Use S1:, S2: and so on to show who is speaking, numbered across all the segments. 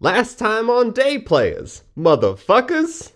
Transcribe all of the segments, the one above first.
S1: Last time on Day Players, motherfuckers!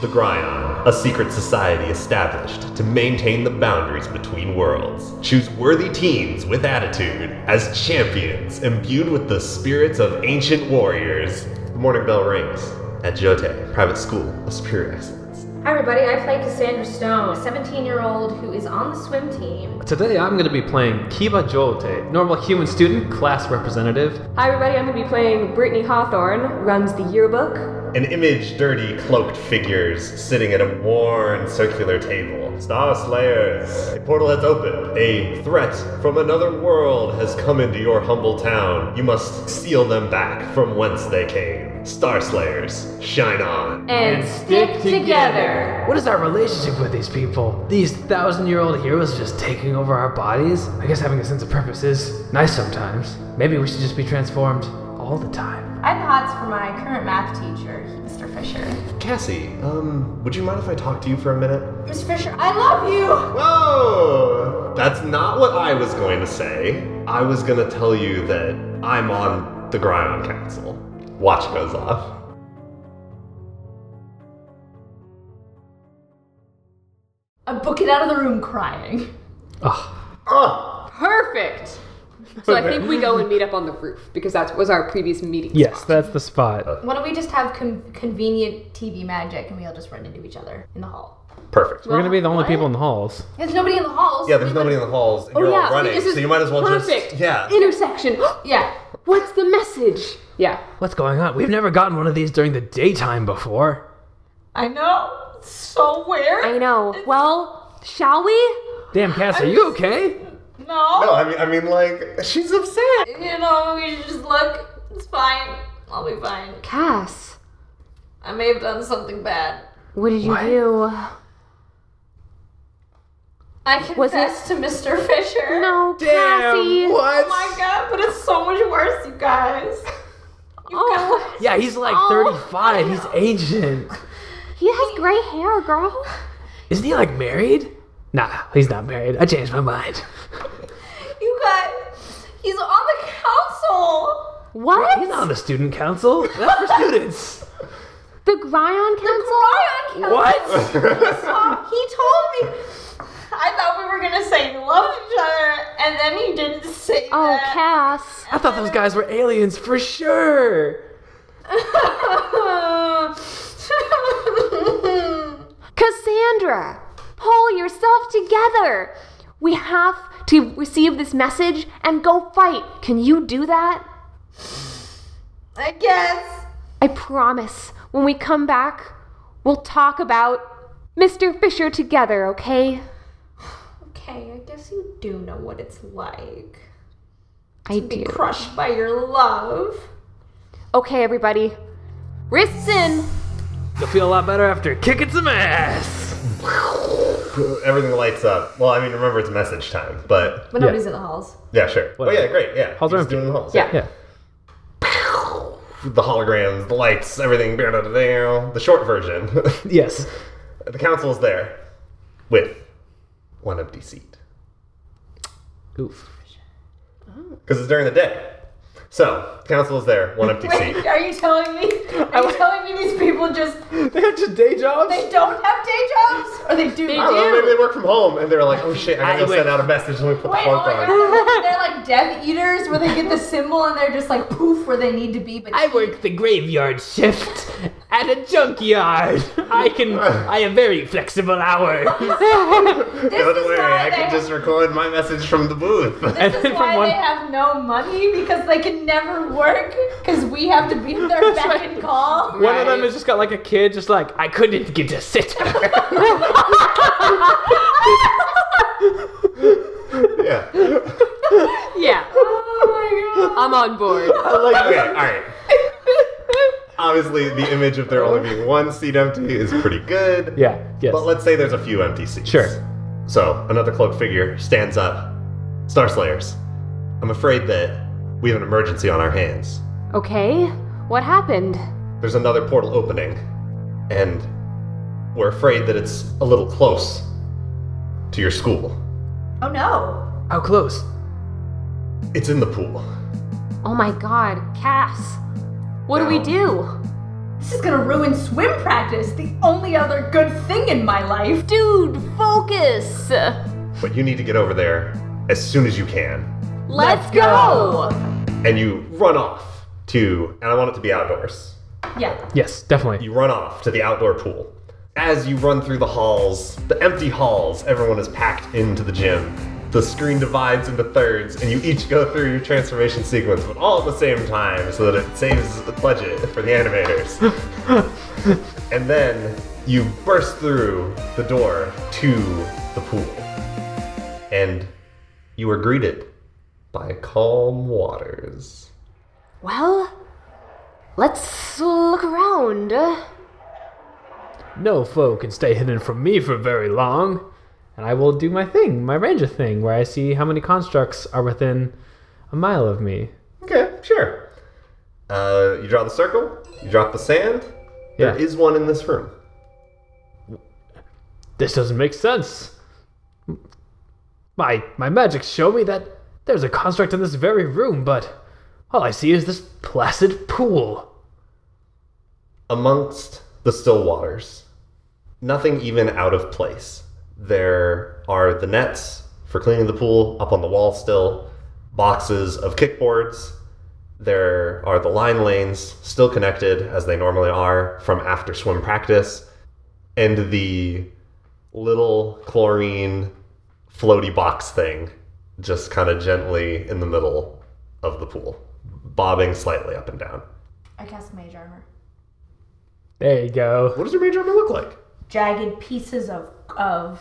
S1: The Gryon, a secret society established to maintain the boundaries between worlds. Choose worthy teens with attitude as champions imbued with the spirits of ancient warriors. The morning bell rings at Jote, private school of superior excellence.
S2: Hi, everybody. I play Cassandra Stone, a 17 year old who is on the swim team.
S3: Today I'm going to be playing Kiba Jolte, normal human student, class representative.
S4: Hi, everybody. I'm going to be playing Brittany Hawthorne, runs the yearbook.
S1: An image dirty, cloaked figures sitting at a worn circular table. Star Slayers, a portal has opened. A threat from another world has come into your humble town. You must steal them back from whence they came. Star Slayers, shine on.
S2: And stick together.
S3: What is our relationship with these people? These thousand year old heroes just taking over our bodies? I guess having a sense of purpose is nice sometimes. Maybe we should just be transformed all the time.
S2: I'm Hots for my current math teacher, Mr. Fisher.
S1: Cassie, um, would you mind if I talk to you for a minute?
S2: Mr. Fisher, I love you!
S1: Whoa! That's not what I was going to say. I was going to tell you that I'm on the Gryon Council. Watch goes off.
S5: I book it out of the room crying.
S3: Ugh.
S1: Ugh!
S6: Perfect. So I think we go and meet up on the roof because that was our previous meeting.
S3: Yes, that's the spot.
S2: Why don't we just have con- convenient TV magic and we all just run into each other in the hall?
S1: Perfect.
S3: We're going to be the only
S2: What?
S3: people in the halls.
S2: There's nobody in the halls.
S1: Yeah, there's nobody in the halls, and
S6: Oh
S1: you're
S6: yeah,
S1: all running,
S6: this is
S1: so you might as well
S6: perfect.
S1: just. Yeah.
S6: Intersection.
S2: Yeah.
S6: What's the message? Yeah.
S3: What's going on? We've never gotten one of these during the daytime before.
S5: I know. It's so weird.
S6: I know. Well, shall we?
S3: Damn, Cass, are you okay?
S5: No.
S1: No, I mean, I mean, like, she's upset.
S5: You know, we should just look. It's fine. I'll be fine.
S6: Cass,
S5: I may have done something bad.
S6: what did you
S3: What?
S6: do?
S5: I
S6: Was it-
S5: confess to Mr. Fisher.
S6: No, Cassie.
S1: What?
S5: Oh my god, but it's so much worse, you guys. You
S6: Oh.
S5: guys.
S3: Yeah, he's like
S6: Oh.
S3: 35. He's ancient.
S6: He has gray hair, girl.
S3: Isn't he like married? Nah, he's not married. I changed my mind.
S5: You guys. He's on the council.
S6: What?
S3: He's not on the student council. That's for students.
S6: The Gryon Council?
S5: Ryan Council.
S3: What?
S5: He told me. I thought we were gonna say we loved each other, and then he didn't say
S6: Oh,
S5: that.
S6: Cass.
S3: I thought those guys were aliens for sure.
S6: Cassandra, pull yourself together. We have to receive this message and go fight. Can you do that?
S5: I guess.
S6: I promise when we come back, we'll talk about Mr. Fisher together, okay?
S5: Okay, I guess you do know what it's like.
S6: I
S5: Be
S6: do.
S5: crushed by your love.
S6: Okay, everybody. Wrists in.
S3: You'll feel a lot better after kicking some ass.
S1: Everything lights up. Well, I mean, remember it's message time, but
S5: But
S3: Yeah.
S5: nobody's in the halls.
S1: yeah, sure. Oh
S3: Whatever.
S1: yeah, great. Yeah,
S3: Halls are
S1: Just
S3: empty.
S1: doing the halls.
S6: Yeah.
S3: Yeah.
S1: The holograms, the lights, everything. The short version.
S3: Yes.
S1: the council's there, with one empty seat.
S3: Oof.
S1: Because it's during the day. So, council is there, one empty seat.
S5: Wait, are you telling me? Are you telling me these people just
S3: They have just day jobs.
S5: they don't have day jobs, or they do? They
S1: I don't know, Oh, maybe they work from home and they're like, oh shit, I
S3: I
S1: gotta go
S3: would-
S1: send out a message when we put the
S5: Wait,
S1: phone
S5: oh my
S1: on.
S5: god, they're like Death Eaters, where they get the symbol and they're just like poof where they need to be. But
S3: I work the graveyard shift at a junkyard. I can. I have very flexible hours.
S5: this
S1: Don't
S5: is
S1: worry,
S5: why
S1: I
S5: they
S1: can just record my message from the booth.
S3: And
S5: This
S3: then
S5: is
S3: from
S5: why
S3: one-
S5: they have no money because they can never work because we have to be their beck and call.
S3: One of them has just got like a kid, just like I couldn't get a sitter.
S1: yeah.
S6: Yeah.
S5: Oh
S6: I'm on board.
S1: I like okay, alright. Obviously, the image of there only being one seat empty is pretty good.
S3: yeah. Yes.
S1: But let's say there's a few empty seats.
S3: Sure.
S1: So, another cloaked figure stands up. Star Slayers, I'm afraid that we have an emergency on our hands.
S6: Okay. What happened?
S1: there's another portal opening, and we're afraid that it's a little close to your school.
S5: Oh, no.
S3: How close?
S1: It's in the pool.
S6: Oh my god, Cass. What do we do?
S7: This is gonna ruin swim practice, the only other good thing in my life.
S6: Dude, focus! Let's,
S1: But you need to get over there as soon as you can.
S6: go.
S1: And you run off to, and I want it to be outdoors.
S7: Yeah.
S3: Yes, definitely.
S1: You run off to the outdoor pool. As you run through the halls, the empty halls, everyone is packed into the gym. The screen divides into thirds, and you each go through your transformation sequence, but all at the same time, so that it saves the budget for the animators. and then you burst through the door to the pool, and you are greeted by calm waters.
S6: Well, let's look around.
S3: No foe can stay hidden from me for very long. And I will do my thing, my ranger thing, where I see how many constructs are within a mile of me.
S1: Okay, sure. Uh, you draw the circle, you drop the sand.
S3: Yeah.
S1: There is one in this room.
S3: This doesn't make sense. My my magic show me that there's a construct in this very room, but all I see is this placid pool.
S1: Amongst the still waters, nothing even out of place. There are the nets for cleaning the pool up on the wall still, boxes of kickboards. There are the line lanes still connected as they normally are from after swim practice, and the little chlorine floaty box thing just kind of gently in the middle of the pool, bobbing slightly up and down.
S5: I cast mage armor.
S3: There you go.
S1: What does your mage armor look like?
S5: Jagged pieces of of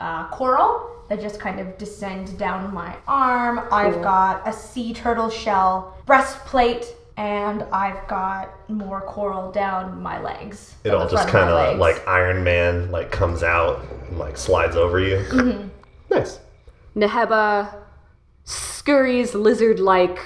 S5: uh, coral that just kind of descend down my arm. I've got a sea turtle shell breastplate, and I've got more coral down my legs.
S1: it
S5: down
S1: all
S5: the
S1: just
S5: front
S1: kind
S5: of my
S1: of
S5: legs.
S1: like Iron Man like comes out and like slides over you.
S5: Mm-hmm.
S1: Nice.
S6: Neheba scurries lizard like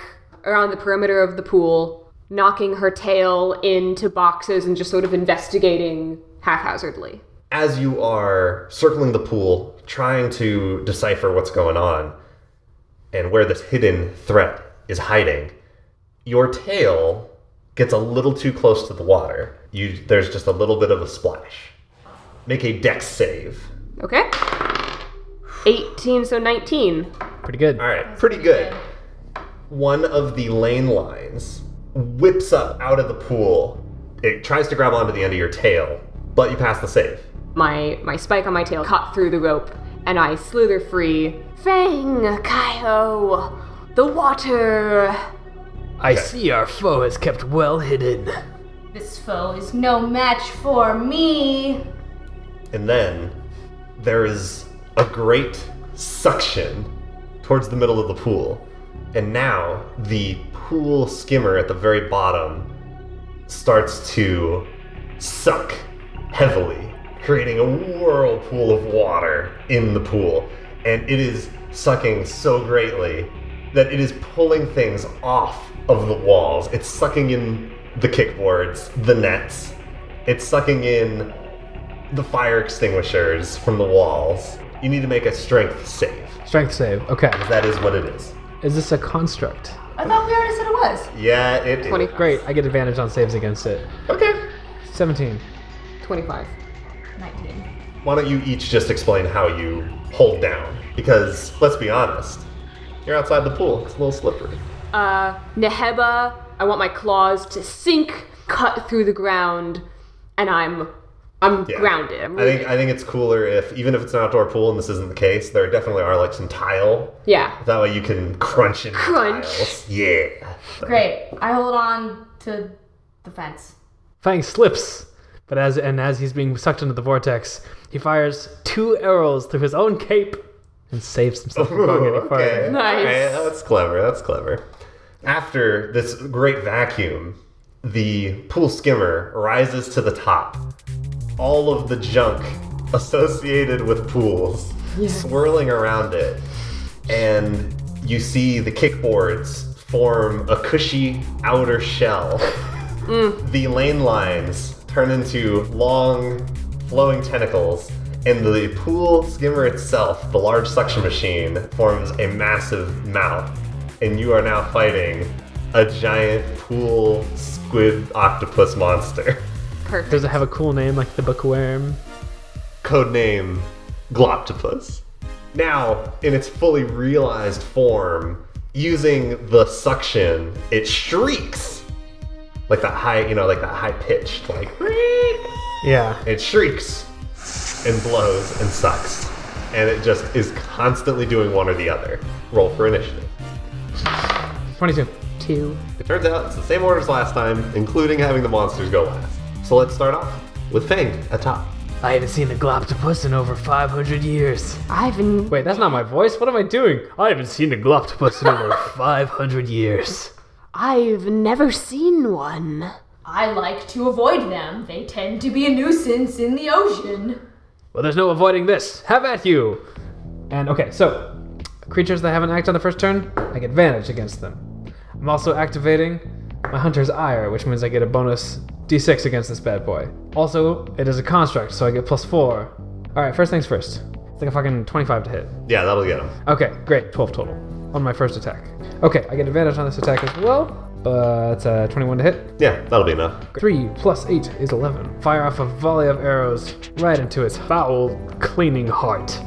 S6: around the perimeter of the pool, knocking her tail into boxes and just sort of investigating haphazardly.
S1: As you are circling the pool, trying to decipher what's going on and where this hidden threat is hiding, your tail gets a little too close to the water. You there's just a little bit of a splash. Make a dex save.
S6: Okay? 18, so 19.
S3: Pretty good.
S1: All right, pretty good. One of the lane lines whips up out of the pool. It tries to grab onto the end of your tail, but you pass the save.
S6: My, my spike on my tail caught through the rope, and I slither free. Fang, Kaio, the water.
S3: I see our foe is kept well hidden.
S5: This foe is no match for me.
S1: And then there is a great suction towards the middle of the pool. And now the pool skimmer at the very bottom starts to suck heavily, creating a whirlpool of water in the pool. And it is sucking so greatly that it is pulling things off of the walls. It's sucking in the kickboards, the nets. It's sucking in the fire extinguishers from the walls. You need to make a strength save.
S3: Strength save. Okay.
S1: That is what it is.
S3: Is this a construct?
S5: I thought we already said it was.
S1: Yeah, it is.
S6: 20,
S3: Great, I get advantage on saves against it.
S1: Okay.
S3: 17.
S6: 25.
S5: 19.
S1: Why don't you each just explain how you hold down? Because let's be honest, you're outside the pool. It's a little slippery.
S6: uh, Neheba. I want my claws to sink, cut through the ground, and I'm I'm
S1: Yeah.
S6: grounded. I'm
S1: I think I think it's cooler if even if it's an outdoor pool and this isn't the case, there definitely are like some tile.
S6: yeah.
S1: That way you can crunch into
S6: Crunch.
S1: tiles. Yeah.
S5: Great. I hold on to the fence.
S3: Fang slips, but as and as he's being sucked into the vortex, he fires two arrows through his own cape and saves himself
S1: Oh.
S3: from going any
S1: okay.
S3: farther.
S6: Nice.
S1: Okay, that's clever. That's clever. After this great vacuum, the pool skimmer rises to the top. All of the junk associated with pools swirling around it. And you see the kickboards form a cushy outer shell. The lane lines turn into long, flowing tentacles, and the pool skimmer itself, the large suction machine, forms a massive mouth. And you are now fighting a giant pool squid octopus monster.
S6: Perfect.
S8: Does it have a cool name like the bookworm?
S1: codename Gloptopus. Now, in its fully realized form, using the suction, it shrieks. Like that high, you know, like that high pitched, like
S8: Yeah.
S1: it shrieks and blows and sucks. And it just is constantly doing one or the other. Roll for initiative.
S8: 22.
S6: Two.
S1: It turns out it's the same order as last time, including having the monsters go last. So let's start off with Fang at top.
S3: I haven't seen a gloptopus in over 500 years.
S6: I've n-
S8: Wait, that's not my voice. What am I doing?
S3: I haven't seen a gloptopus in over 500 years.
S6: I've never seen one.
S5: I like to avoid them. They tend to be a nuisance in the ocean.
S3: Well, there's no avoiding this.
S8: Have at you! And okay, so creatures that have an act on the first turn, I get advantage against them. I'm also activating my Hunter's Ire, which means I get a bonus d6 against this bad boy. Also, it is a construct, so I get plus four. Alright, first things first. It's like a fucking 25 to hit.
S1: Yeah, that'll get him.
S8: Okay, great, 12 total on my first attack. Okay, I get advantage on this attack as well, but uh, 21 to hit.
S1: Yeah, that'll be enough.
S8: 3 plus 8 is 11. Fire off a volley of arrows right into its foul, cleaning heart.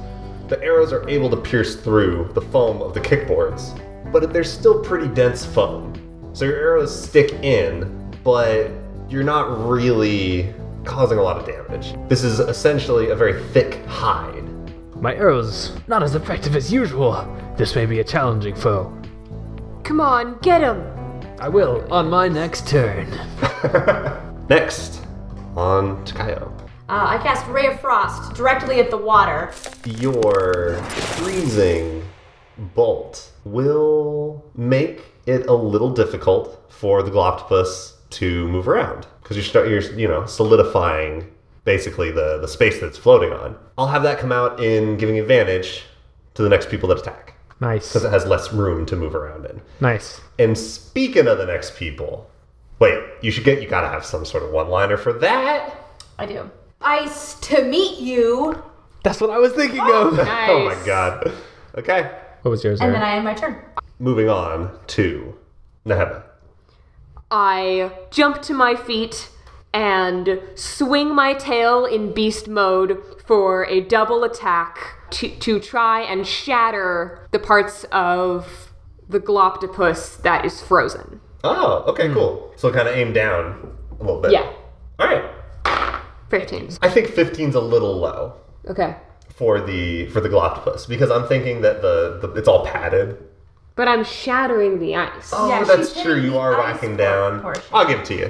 S1: The arrows are able to pierce through the foam of the kickboards, but they're still pretty dense foam. So your arrows stick in, but you're not really causing a lot of damage. This is essentially a very thick hide.
S3: My arrows, not as effective as usual. This may be a challenging foe.
S6: Come on, get him.
S3: I will on my next turn.
S1: Next, on Takayo.
S7: Uh, I cast Ray of Frost directly at the water.
S1: Your freezing bolt will make it a little difficult for the Gloptopus to move around because you're, start, you're you know solidifying basically the the space that it's floating on. I'll have that come out in giving advantage to the next people that attack
S8: Nice.
S1: because it has less room to move around in.
S8: Nice.
S1: And speaking of the next people, wait, you should get you gotta have some sort of one liner for that.
S5: I do.
S7: Ice to meet you.
S8: That's what I was thinking of.
S1: Oh my god. Okay.
S8: What was yours,
S5: And then
S8: Eric?
S5: I end my turn.
S1: Moving on to Neheba.
S6: I jump to my feet and swing my tail in beast mode for a double attack to, to try and shatter the parts of the gloptopus that is frozen.
S1: Oh, okay, cool. So kind of aim down a little bit.
S6: Hmm. Yeah,
S1: All right.
S6: 15.
S1: I think 15's a little low
S6: Okay.
S1: for the for the Galactopus because I'm thinking that the, the it's all padded.
S6: But I'm shattering the ice.
S1: Oh,
S5: Yeah,
S1: that's
S5: she's
S1: true.
S5: hitting
S1: You
S5: the
S1: are
S5: ice
S1: whacking down.
S5: portion.
S1: I'll give it to you.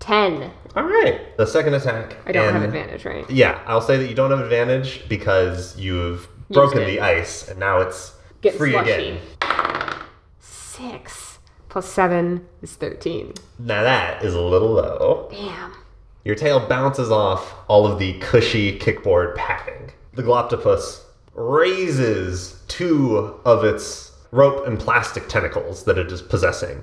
S6: 10.
S1: All right. The second attack.
S6: I don't have
S1: and-
S6: advantage, right?
S1: Yeah, I'll say that you don't have advantage because you've broken
S6: it.
S1: the ice and now it's
S6: Get
S1: free
S6: slushy.
S1: again.
S6: 6 plus 7 is 13.
S1: Now that is a little low.
S6: Damn.
S1: Your tail bounces off all of the cushy kickboard padding. The Gloptopus raises two of its rope and plastic tentacles that it is possessing,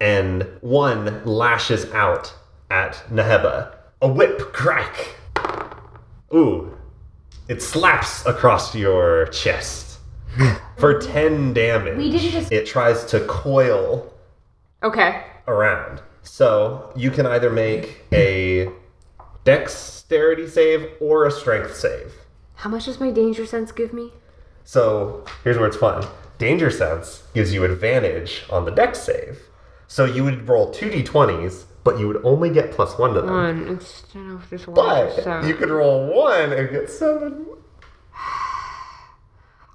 S1: and one lashes out at Neheba. A whip crack! Ooh, it slaps across your chest for 10 damage.
S5: We didn't just-
S1: It tries to coil
S6: Okay.
S1: around. So you can either make a dexterity save or a strength save.
S6: How much does my danger sense give me?
S1: So here's where it's fun. Danger sense gives you advantage on the dex save. So you would roll two d20s, but you would only get plus one to them.
S6: One instead of just one.
S1: But
S6: so-
S1: you could roll one and get seven.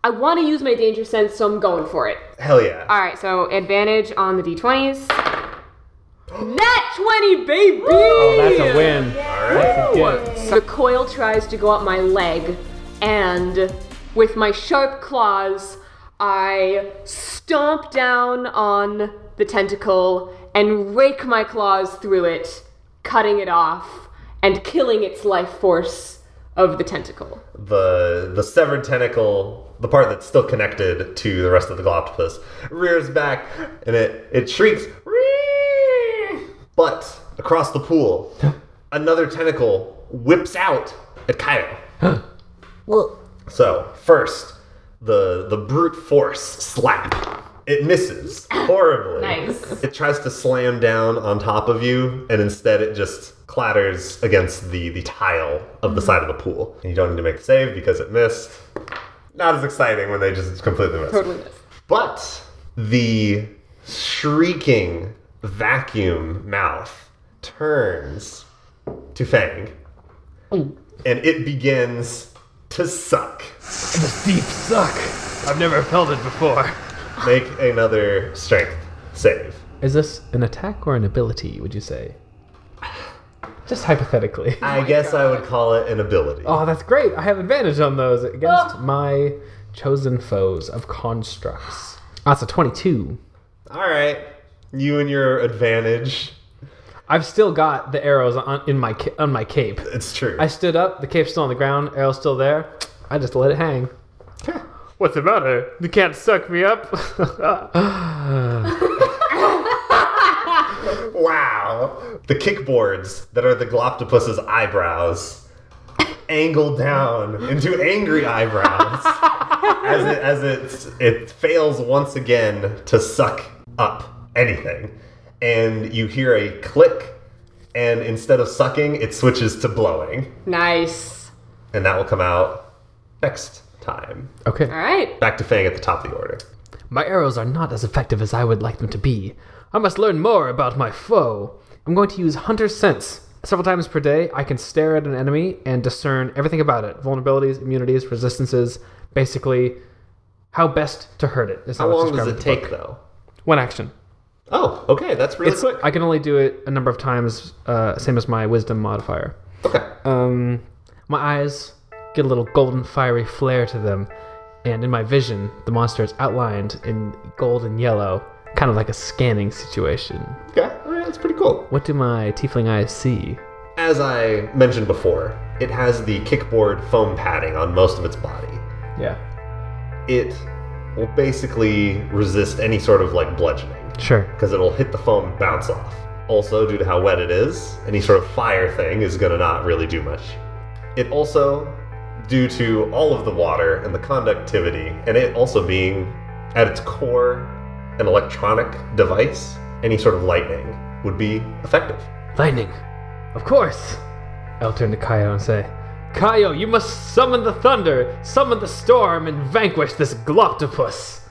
S6: I want to use my danger sense, so I'm going for it.
S1: Hell yeah.
S6: All right, so advantage on the d20s. Nat 20, baby!
S3: Oh,
S8: That's a win.
S1: All right.
S6: So the coil tries to go up my leg, and with my sharp claws, I stomp down on the tentacle and rake my claws through it, cutting it off and killing its life force of the tentacle.
S1: the the severed tentacle, the part that's still connected to the rest of the Galactopus, rears back and it it shrieks. "Whee!" But across the pool, another tentacle whips out at Kyle. So first, the the brute force slap It misses horribly.
S9: Nice.
S1: It tries to slam down on top of you, and instead it just clatters against the, the tile of the side of the pool. And you don't need to make a save because it missed. Not as exciting when they just completely miss.
S6: Totally miss.
S1: But the shrieking vacuum mouth turns to Fang, and it begins to suck.
S10: This deep suck. I've never felt it before.
S1: Make another strength save.
S3: Is this an attack or an ability, would you say? Just hypothetically.
S1: I guess I would call it an ability.
S3: Oh, that's great. I have advantage on those against my chosen foes of constructs. That's a 22.
S1: All right, you and your advantage.
S3: I've still got the arrows on in my ca- on my cape.
S1: It's true.
S3: I stood up, the cape's still on the ground, arrow's still there. I just let it hang. What's the matter? You can't suck me up.
S1: Wow. The kickboards that are the Gloptopus's eyebrows angle down into angry eyebrows as it as it it fails once again to suck up anything. And you hear a click and instead of sucking, it switches to blowing.
S6: Nice.
S1: And that will come out next time.
S3: okay.
S6: All right.
S1: Back to Fang at the top of the order.
S3: My arrows are not as effective as I would like them to be. I must learn more about my foe. I'm going to use Hunter's Sense. Several times per day, I can stare at an enemy and discern everything about it vulnerabilities, immunities, resistances, basically, how best to hurt it. is
S1: How
S3: it's
S1: long does
S3: described
S1: it
S3: in the
S1: take though?
S3: book. One action.
S1: Oh, okay, that's really
S3: It's-
S1: quick.
S3: I can only do it a number of times, uh, same as my wisdom modifier.
S1: Okay.
S3: Um, my eyes get a little golden fiery flare to them, and in my vision, the monster is outlined in gold and yellow, kind of like a scanning situation.
S1: Okay. All right, that's pretty cool.
S3: What do my tiefling eyes see?
S1: As I mentioned before, it has the kickboard foam padding on most of its body.
S3: Yeah.
S1: It will basically resist any sort of like bludgeoning
S3: Sure.
S1: because it'll hit the foam and bounce off. Also, due to how wet it is, any sort of fire thing is going to not really do much. It also, due to all of the water and the conductivity, and it also being at its core an electronic device, any sort of lightning would be effective.
S3: Lightning. Of course. I'll turn to Kaio and say, Kaio, you must summon the thunder, summon the storm, and vanquish this gloptopus.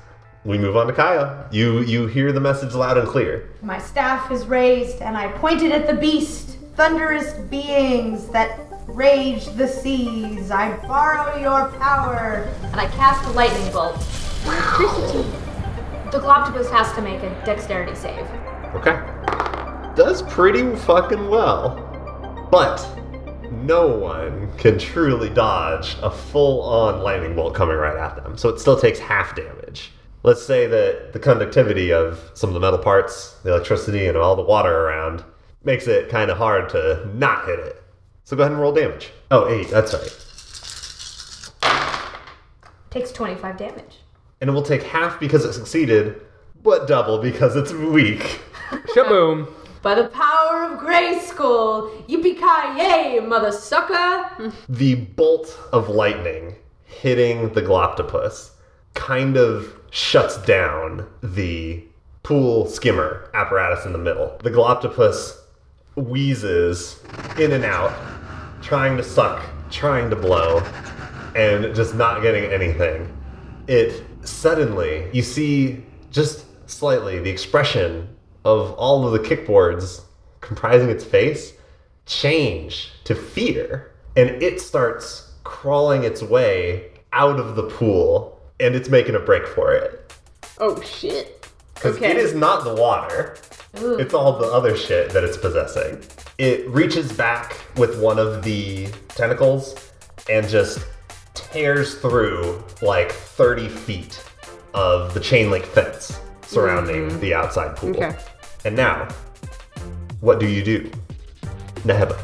S1: We move on to Kaya. You you hear the message loud and clear.
S5: My staff is raised, and I pointed at the beast. Thunderous beings that rage the seas, I borrow your power.
S9: And I cast a lightning bolt.
S5: The Gloptopus has to make a dexterity save.
S1: Okay. Does pretty fucking well. But no one can truly dodge a full-on lightning bolt coming right at them. So it still takes half damage. Let's say that the conductivity of some of the metal parts, the electricity, and all the water around makes it kind of hard to not hit it. So go ahead and roll damage. Oh, eight. That's right.
S5: Takes 25 damage.
S1: And it will take half because it succeeded, but double because it's weak.
S3: Shaboom.
S5: By the power of Grey School, yippee ki mother sucker!
S1: the bolt of lightning hitting the gloptopus kind of shuts down the pool skimmer apparatus in the middle. The gloptopus wheezes in and out, trying to suck, trying to blow, and just not getting anything. It suddenly, you see just slightly the expression of all of the kickboards comprising its face change to fear and it starts crawling its way out of the pool and it's making a break for it
S6: Oh shit.
S1: because
S6: Okay.
S1: it is not the water it's all the other shit that it's possessing it reaches back with one of the tentacles and just tears through like 30 feet of the chain link fence surrounding the outside pool
S6: Mm-hmm. Okay.
S1: and now what do you do neheba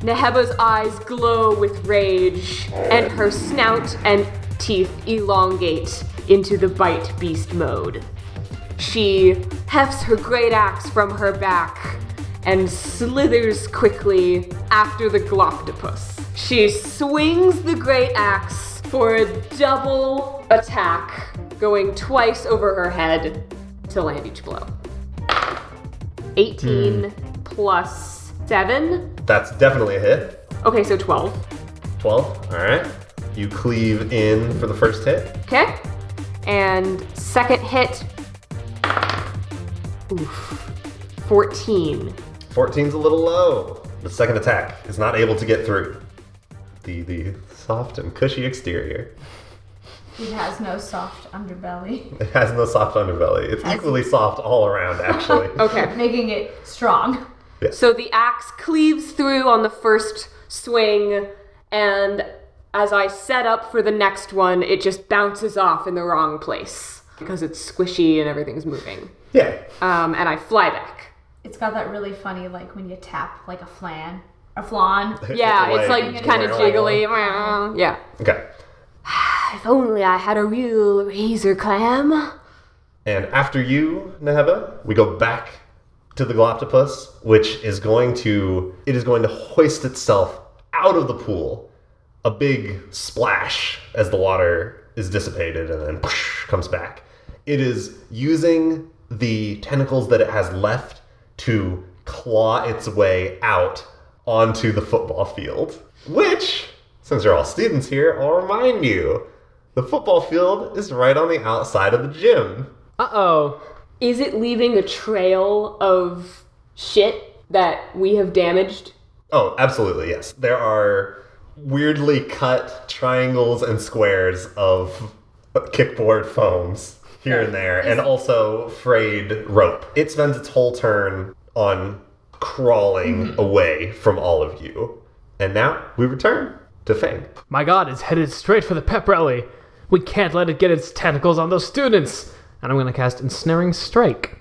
S6: Neheba's eyes glow with rage, and her snout and teeth elongate into the bite beast mode. She hefts her great axe from her back and slithers quickly after the Gloptopus. She swings the great axe for a double attack going twice over her head to land each blow. 18 plus 7.
S1: That's definitely a hit.
S6: Okay, so 12.
S1: 12. All right. You cleave in for the first hit.
S6: Okay. And second hit. Oof. 14.
S1: 14's a little low. The second attack is not able to get through. The the soft and cushy exterior.
S5: It has no soft underbelly,
S1: It has no soft underbelly. It's equally soft all around, actually.
S6: Okay.
S5: making it strong.
S6: So the axe cleaves through on the first swing, and as I set up for the next one, it just bounces off in the wrong place because it's squishy and everything's moving.
S1: Yeah.
S6: Um, and I fly back.
S5: It's got that really funny, like when you tap like a flan, a flan.
S6: Yeah,
S1: Like,
S6: it's like kind of jiggly. Yeah.
S1: Okay.
S6: If only I had a real razor clam.
S1: And after you, Neheba, we go back to the Galaptopus, which is going to it is going to hoist itself out of the pool. A big splash as the water is dissipated and then comes back. It is using the tentacles that it has left to claw its way out onto the football field. Which, since you're all students here, I'll remind you, the football field is right on the outside of the gym.
S3: Uh oh.
S6: Is it leaving a trail of shit that we have damaged?
S1: Oh, absolutely, yes. There are weirdly cut triangles and squares of kickboard foams here and there, and also frayed rope. It spends its whole turn on crawling away from all of you. And now we return to Fang.
S11: My god, it's headed straight for the pep rally. We can't let it get its tentacles on those students.
S3: And I'm going to cast Ensnaring Strike.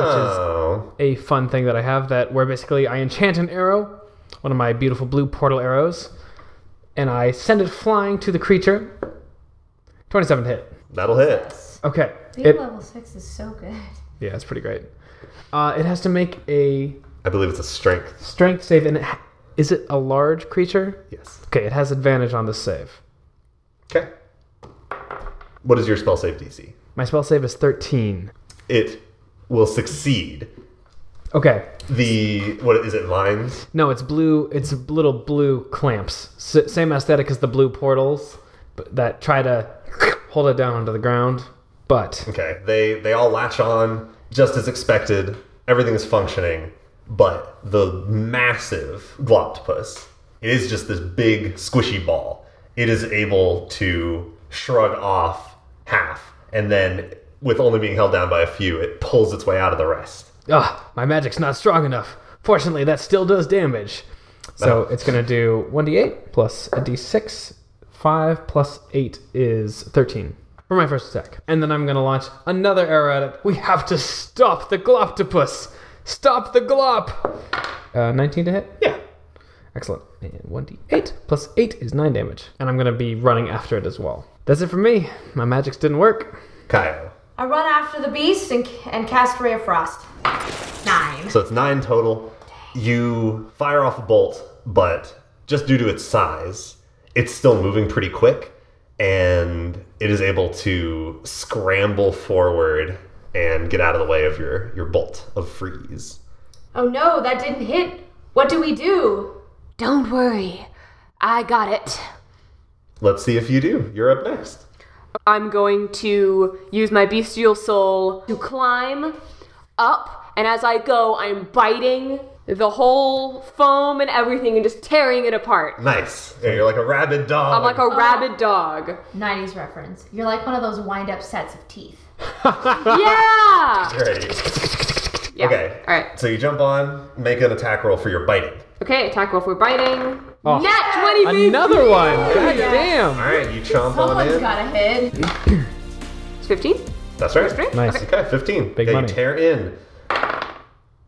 S1: Oh.
S3: a fun thing that I have that where basically I enchant an arrow, one of my beautiful blue portal arrows, and I send it flying to the creature. 27 hit.
S1: That'll hit.
S3: Okay.
S5: Being
S3: It,
S5: level six is so good.
S3: yeah, it's pretty great. Uh, it has to make a
S1: I believe it's a strength.
S3: strength save, and it ha- is it a large creature?
S1: Yes.
S3: Okay, it has advantage on this save.
S1: Okay. What is your spell save DC?
S3: My spell save is 13.
S1: It will succeed.
S3: Okay.
S1: The what is it? Vines.
S3: No, it's blue. It's little blue clamps. S- same aesthetic as the blue portals, but that try to hold it down onto the ground. But
S1: Okay, they they all latch on just as expected. Everything is functioning, but the massive gloptopus it is just this big squishy ball. It is able to shrug off half, and then with only being held down by a few, it pulls its way out of the rest.
S3: Ugh, Ah, my magic's not strong enough. Fortunately, that still does damage. So it's going to do 1d8 plus a d6. 5 plus 8 is 13 for my first attack. And then I'm going to launch another arrow at it. We have to stop the Gloptopus! Stop the Glop! Uh, 19 to hit?
S1: Yeah.
S3: Excellent. And 1d8 plus 8 is 9 damage. And I'm going to be running after it as well. That's it for me. My magics didn't work.
S1: Kyle.
S5: I run after the beast and, and cast Ray of Frost. Nine.
S1: So it's nine total. You fire off a bolt, but just due to its size, it's still moving pretty quick, and it is able to scramble forward and get out of the way of your, your bolt of freeze.
S5: Oh no, that didn't hit. What do we do?
S6: Don't worry. I got it.
S1: Let's see if you do. You're up next.
S6: I'm going to use my bestial soul to climb up, and as I go, I'm biting the whole foam and everything and just tearing it apart.
S1: Nice. Yeah, you're like a rabid dog.
S6: I'm like a rabid dog.
S5: 90s reference. You're like one of those wind up sets of teeth.
S6: Yeah!
S1: Great.
S6: Yeah.
S1: Okay.
S6: All right.
S1: So you jump on, make an attack roll for your biting.
S6: Okay, attack wolf, we're biting.
S3: Oh.
S6: Nat 20 baby!
S3: Another one! God damn!
S1: All right, you chomp on
S5: Someone's
S1: in.
S5: got a hit.
S6: It's 15,
S1: That's right.
S6: strength?
S3: Nice.
S1: Okay, 15.
S3: Big
S1: yeah,
S3: money.
S1: You tear in.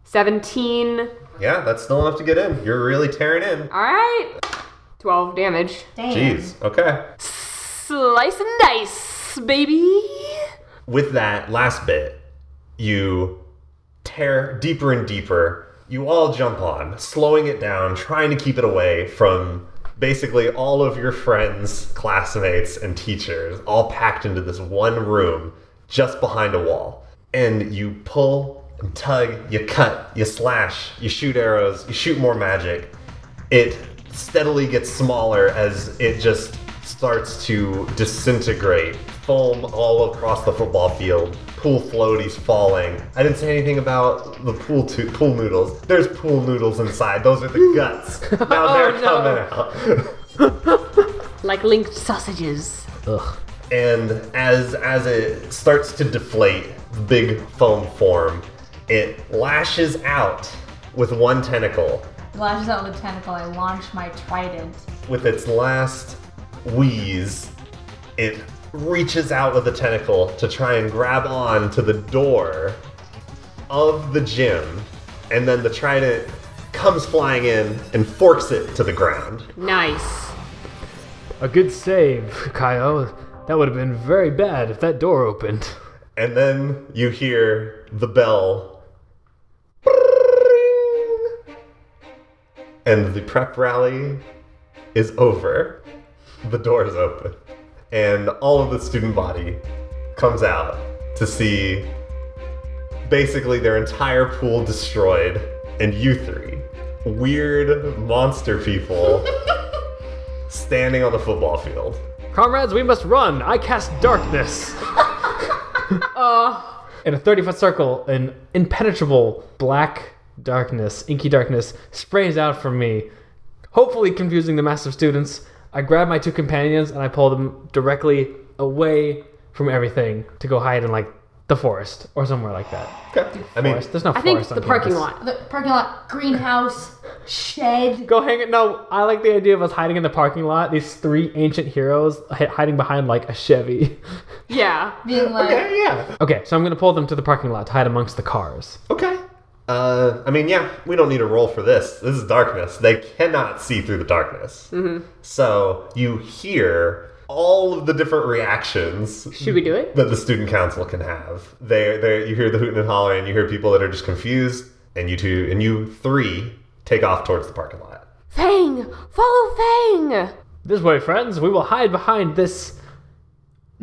S6: 17.
S1: Yeah, that's still enough to get in. You're really tearing in.
S6: All right. 12 damage.
S5: Damn.
S1: Jeez. Okay.
S6: Slice and dice, baby.
S1: With that last bit, you tear deeper and deeper. You all jump on, slowing it down, trying to keep it away from basically all of your friends, classmates, and teachers all packed into this one room just behind a wall. And you pull and tug, you cut, you slash, you shoot arrows, you shoot more magic. It steadily gets smaller as it just starts to disintegrate. Foam all across the football field. Pool floaties falling. I didn't say anything about the pool to- pool noodles. There's pool noodles inside. Those are the guts. Now they're
S6: no.
S1: coming out.
S6: Like linked sausages.
S1: and as as it starts to deflate the big foam form it lashes out with one tentacle
S5: Lashes out with tentacle. I launch my trident.
S1: with its last wheeze it reaches out with a tentacle to try and grab on to the door of the gym and then the trident comes flying in and forks it to the ground
S6: Nice.
S3: A good save, Kyle. That would have been very bad if that door opened.
S1: And then you hear the bell. And the prep rally is over. The door is open. And all of the student body comes out to see basically their entire pool destroyed and you three, weird monster people, standing on the football field.
S3: Comrades, we must run. I cast darkness. Uh. In a 30 foot circle, an impenetrable black darkness, inky darkness, sprays out from me, hopefully confusing the mass of students. I grab my two companions and I pull them directly away from everything to go hide in, like, the forest or somewhere like that.
S1: I mean,
S3: Forest. There's no
S6: I think
S3: forest on
S6: the parking
S3: campus.
S6: lot.
S5: The parking lot, greenhouse, shed.
S3: Go hang it. No, I like the idea of us hiding in the parking lot. These three ancient heroes hi- hiding behind like a Chevy.
S6: Yeah.
S5: Being like,
S1: yeah,
S3: okay, so I'm gonna pull them to the parking lot to hide amongst the cars.
S1: Okay. Uh, I mean, yeah, we don't need a roll for this. This is darkness. They cannot see through the darkness.
S6: Mm-hmm.
S1: So you hear all of the different reactions
S6: Should we do it?
S1: that the student council can have. They, they, you hear the hooting and hollering, and you hear people that are just confused, and you two, and you three, take off towards the parking lot.
S6: Fang! Follow Fang!
S3: This way, friends. We will hide behind this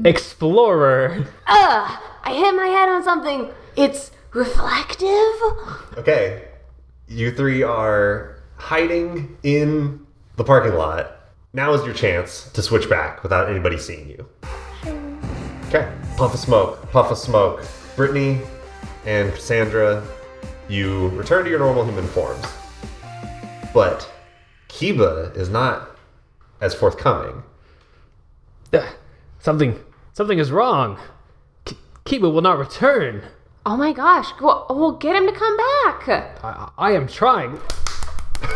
S3: explorer.
S12: Ugh! I hit my head on something. It's reflective?
S1: Okay, you three are hiding in the parking lot. Now is your chance to switch back without anybody seeing you. Okay, puff of smoke, puff of smoke. Brittany and Cassandra, you return to your normal human forms. But Kiba is not as forthcoming.
S3: Ugh, something, something is wrong. K- Kiba will not return.
S6: Oh my gosh, go, we'll get him to come back!
S3: I, I am trying.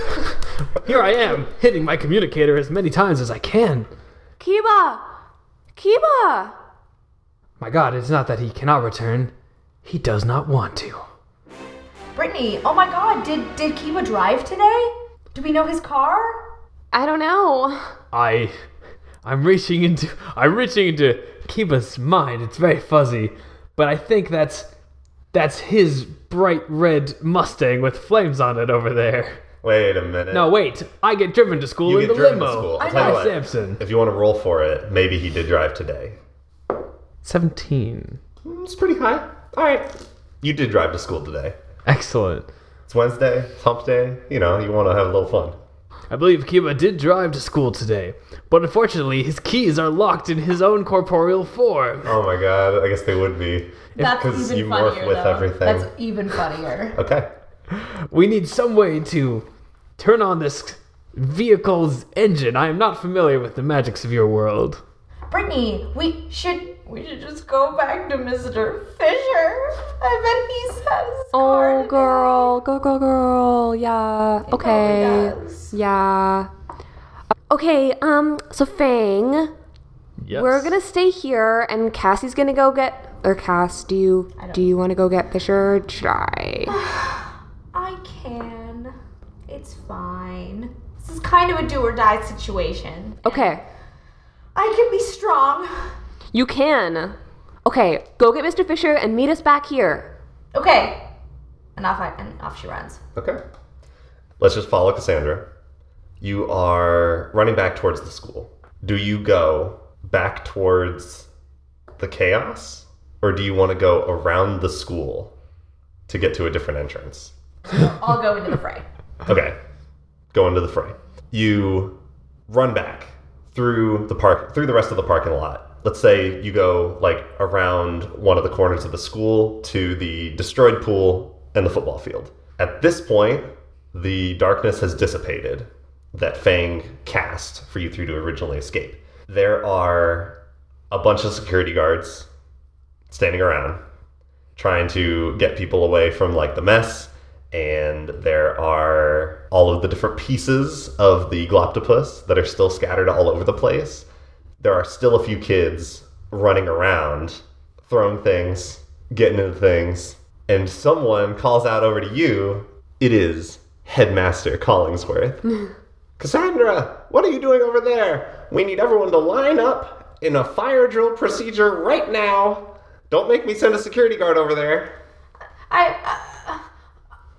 S3: Here I am, hitting my communicator as many times as I can.
S6: Kiba! Kiba!
S3: My God, it's not that he cannot return. He does not want to.
S5: Brittany, oh my god, did did Kiba drive today? Do we know his car?
S6: I don't know.
S3: I, I'm reaching into, I'm reaching into Kiba's mind. It's very fuzzy, but I think that's, that's his bright red Mustang with flames on it over there.
S1: Wait a minute.
S3: No, wait. I get driven to school
S1: you get
S3: in the
S1: driven
S3: limo.
S1: to school.
S3: I
S1: I'll tell you
S3: know
S1: what,
S3: Samson.
S1: If you want to roll for it, maybe he did drive today.
S3: Seventeen.
S1: It's pretty high. All right. You did drive to school today.
S3: Excellent.
S1: It's Wednesday, hump day. You know, you want to have a little fun.
S3: I believe Kiba did drive to school today, but unfortunately, his keys are locked in his own corporeal form.
S1: Oh my god, I guess they would be.
S5: That's
S1: 'cause
S5: even
S1: you morph
S5: funnier.
S1: with
S5: though.
S1: everything.
S5: That's even funnier.
S1: Okay.
S3: We need some way to turn on this vehicle's engine. I am not familiar with the magics of your world.
S5: Brittany, we should
S7: We should just go back to Mr. Fisher. I bet he says.
S6: Oh, girl, go, go, girl, yeah, okay, yeah. Okay, um, so Fang,
S3: Yes.
S6: we're gonna stay here, and Cassie's gonna go get, or Cass, do you, do you wanna go get Fisher, or should I?
S5: I can. It's fine. This is kind of a do or die situation.
S6: Okay,
S5: I can be strong.
S6: you can. Okay, go get Mr. Fisher and meet us back here.
S5: Okay. And off I, and off she runs.
S1: Okay. Let's just follow Cassandra. You are running back towards the school. Do you go back towards the chaos? Or do you want to go around the school to get to a different entrance?
S5: I'll go into the fray.
S1: Okay. Go into the fray. You run back through the park through the rest of the parking lot. Let's say you go like around one of the corners of the school to the destroyed pool and the football field. At this point, the darkness has dissipated that Fang cast for you three to originally escape. There are a bunch of security guards standing around trying to get people away from like the mess and there are all of the different pieces of the gloptopus that are still scattered all over the place there are still a few kids running around throwing things getting into things and someone calls out over to you it is headmaster collingsworth Cassandra, what are you doing over there? We need everyone to line up in a fire drill procedure right now. Don't make me send a security guard over there.
S5: I, uh,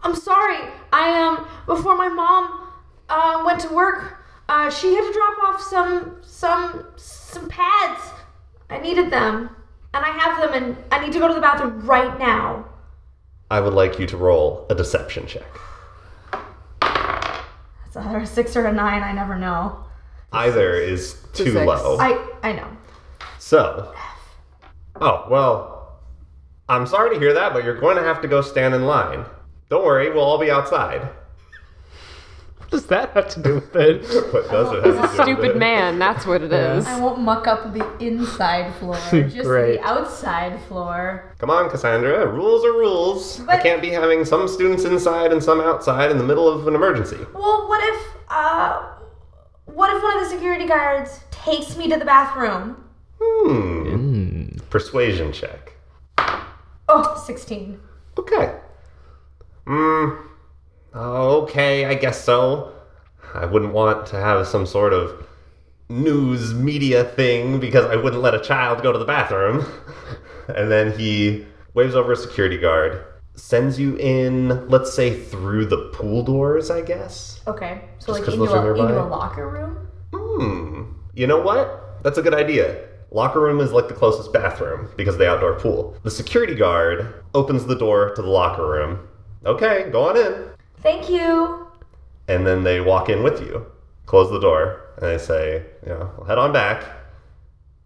S5: I'm sorry. I um before my mom uh, went to work, uh, she had to drop off some some some pads. I needed them, and I have them, and I need to go to the bathroom right now.
S1: I would like you to roll a deception check.
S5: It's either a six or a nine. I never know.
S1: Either is too
S6: six.
S1: low.
S5: I I know.
S1: So, oh, well, I'm sorry to hear that, but you're going to have to go stand in line. Don't worry, we'll all be outside.
S3: What does that have to do with it?
S1: What does it have to do with it?
S6: Stupid man, that's what it is.
S5: I won't muck up the inside floor, just
S3: Great.
S5: the outside floor.
S1: Come on, Cassandra. Rules are rules. I
S5: But-
S1: can't be having some students inside and some outside in the middle of an emergency.
S5: Well, what if uh, what if one of the security guards takes me to the bathroom?
S1: Hmm. Persuasion check.
S5: Oh, 16.
S1: Okay. Hmm. Okay, I guess so. I wouldn't want to have some sort of news media thing because I wouldn't let a child go to the bathroom. and then he waves over a security guard, sends you in, let's say through the pool doors, I guess.
S5: Okay,
S1: Just
S5: so like
S1: 'cause
S5: into
S1: those are
S5: a, into
S1: nearby.
S5: a locker room.
S1: Hmm. You know what? That's a good idea. Locker room is like the closest bathroom because of the outdoor pool. The security guard opens the door to the locker room. Okay, go on in.
S5: Thank you.
S1: And then they walk in with you, close the door, and they say, you know, "Well, head on back.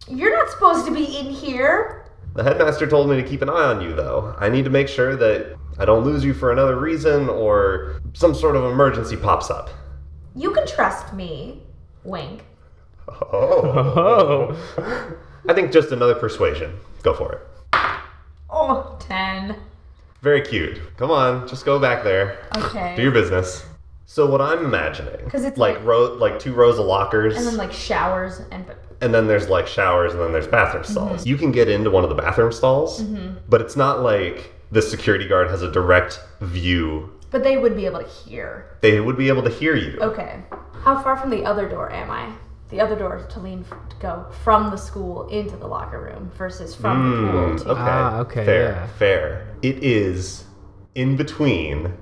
S5: You're not supposed to be in here.
S1: The headmaster told me to keep an eye on you, though. I need to make sure that I don't lose you for another reason or some sort of emergency pops up.
S5: You can trust me. Wink.
S1: Oh. I think just another persuasion. Go for it.
S5: Oh, 10.
S1: Very cute. Come on, just go back there. Do
S5: Okay.
S1: your business. So what I'm imagining,
S5: 'Cause it's
S1: like
S5: like-
S1: row, like two rows of lockers,
S5: And then like showers and
S1: and then there's like showers, and then there's bathroom
S5: Mm-hmm.
S1: stalls. You can get into one of the bathroom stalls, but it's not like the security guard has a direct view.
S5: but they would be able to hear.
S1: They would be able to hear you.
S5: Okay. How far from the other door am I? The other door to lean to go from the school into the locker room versus from the pool.
S1: Mm,
S5: To-
S1: okay.
S3: Ah, okay,
S1: Fair.
S3: yeah.
S1: Fair. It is in between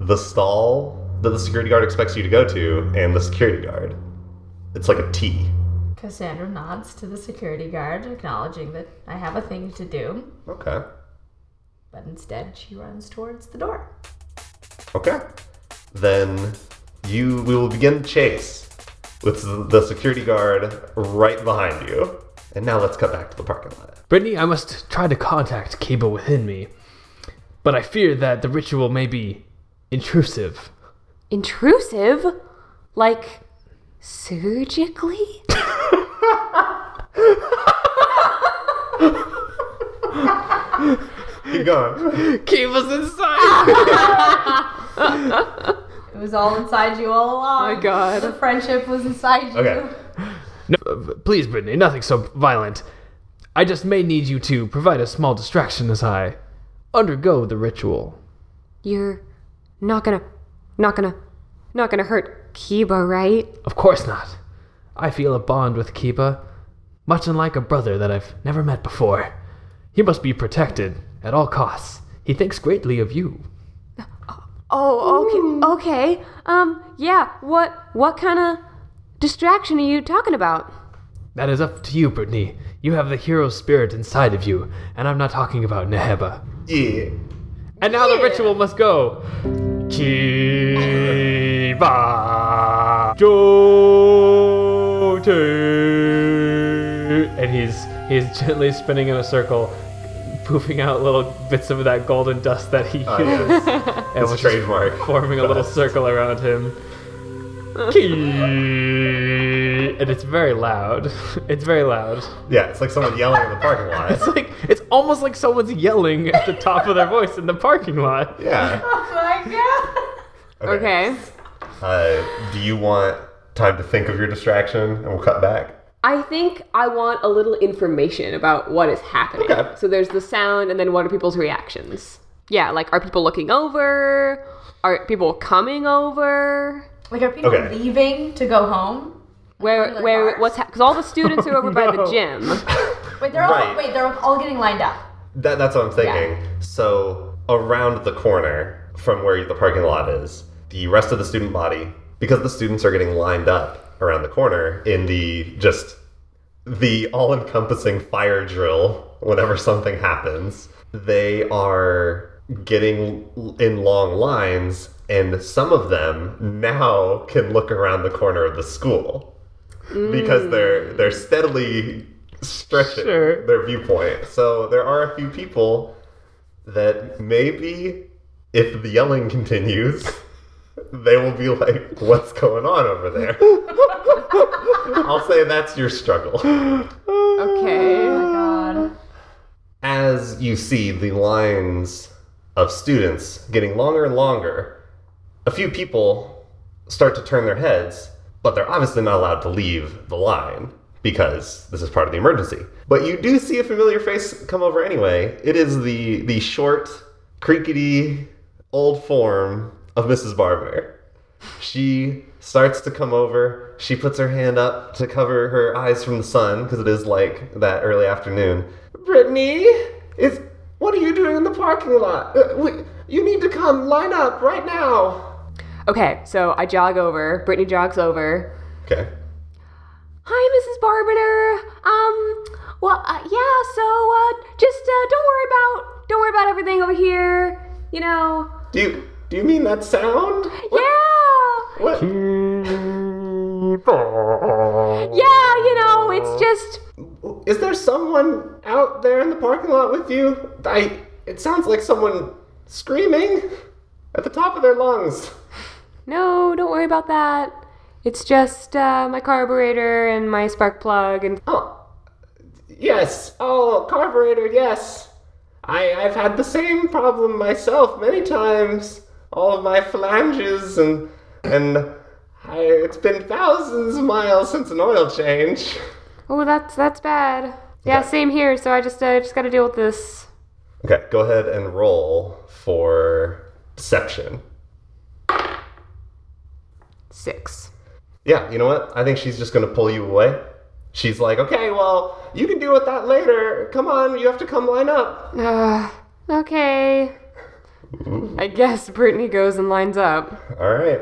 S1: the stall that the security guard expects you to go to and the security guard. It's like a T.
S5: Cassandra nods to the security guard, acknowledging that I have a thing to do.
S1: Okay.
S5: But instead, she runs towards the door.
S1: Okay. Then you we will begin the chase with the security guard right behind you. And now let's cut back to the parking lot.
S3: Brittany, I must try to contact Cable within me, but I fear that the ritual may be intrusive.
S12: Intrusive? Like, surgically?
S1: Keep going.
S3: Cable's
S6: Ah!
S3: inside!
S5: It was all inside you all along.
S6: my god.
S5: The friendship was inside you.
S1: Okay.
S3: no, uh, please, Brittany, nothing so violent. I just may need you to provide a small distraction as I undergo the ritual.
S12: You're not gonna, not gonna, not gonna hurt Kiba, right?
S3: Of course not. I feel a bond with Kiba, much unlike a brother that I've never met before. He must be protected at all costs. He thinks greatly of you.
S12: Oh, okay. Okay. Um, yeah. What what kind of distraction are you talking about?
S3: That is up to you, Brittany. You have the hero spirit inside of you, and I'm not talking about Neheba.
S1: Yeah.
S3: And now the ritual must go. Kiba Jote. And he's he's gently spinning in a circle, poofing out little bits of that golden dust that he
S1: Oh,
S3: uses,
S1: yes.
S3: and
S1: It's
S3: which is
S1: trademark.
S3: forming a little circle around him. Ki- and it's very loud. It's very loud.
S1: Yeah, it's like someone yelling in the parking
S3: It's
S1: lot.
S3: like it's almost like someone's yelling at the top of their voice in the parking lot.
S1: Yeah.
S5: Oh
S7: my
S6: Okay.
S1: Uh, do you want time to think of your distraction and we'll cut back?
S6: I think I want a little information about what is happening.
S1: Okay.
S6: So there's the sound, and then what are people's reactions? Yeah, like are people looking over? Are people coming over?
S5: Like, are people
S1: Okay.
S5: leaving to go home?
S6: Where, where,
S5: bars?
S6: what's because all the students are over by the
S3: no.
S6: gym.
S5: Wait, they're
S1: Right.
S5: all wait, they're all getting lined up.
S1: That, that's what I'm thinking. So around the corner from where the parking lot is, the rest of the student body, because the students are getting lined up around the corner in the just the all-encompassing fire drill. Whenever something happens, they are getting l- in long lines, and some of them now can look around the corner of the school because they're they're steadily stretching
S3: Sure.
S1: their viewpoint. So there are a few people that maybe if the yelling continues, they will be like, "What's going on over there?" I'll say that's your struggle.
S6: Okay.
S5: Oh God.
S1: As you see the lines of students getting longer and longer, a few people start to turn their heads, but they're obviously not allowed to leave the line because this is part of the emergency. But you do see a familiar face come over anyway. It is the the short, creakety old form of Mrs. Barber. She starts to come over. She puts her hand up to cover her eyes from the sun because it is like that early afternoon. Brittany, is what are you doing in the parking lot? Uh, we, you need to come line up right now.
S6: Okay. So I jog over. Brittany jogs over.
S1: Okay.
S6: Hi, Mrs. Barbiter. Um, well, uh, yeah, so, uh, just, uh, don't worry about, don't worry about everything over here, you know.
S1: Do you do you mean that sound?
S6: Yeah!
S1: What?
S6: Yeah, you know, it's just,
S1: Is there someone out there in the parking lot with you? I. It sounds like someone screaming at the top of their lungs.
S6: no, don't worry about that. It's just, uh, my carburetor and my spark plug and,
S1: Oh, yes. Oh, carburetor, yes. I, I've had the same problem myself many times. All of my flanges and and I, it's been thousands of miles since an oil change.
S6: oh, that's, that's bad. Yeah, same here, so I just, uh, just gotta deal with this.
S1: Okay, go ahead and roll for deception.
S6: Six.
S1: Yeah, you know what? I think she's just gonna pull you away. She's like, okay, well, you can deal with that later. Come on, you have to come line up.
S6: Uh, okay. I guess Brittany goes and lines up.
S1: All right.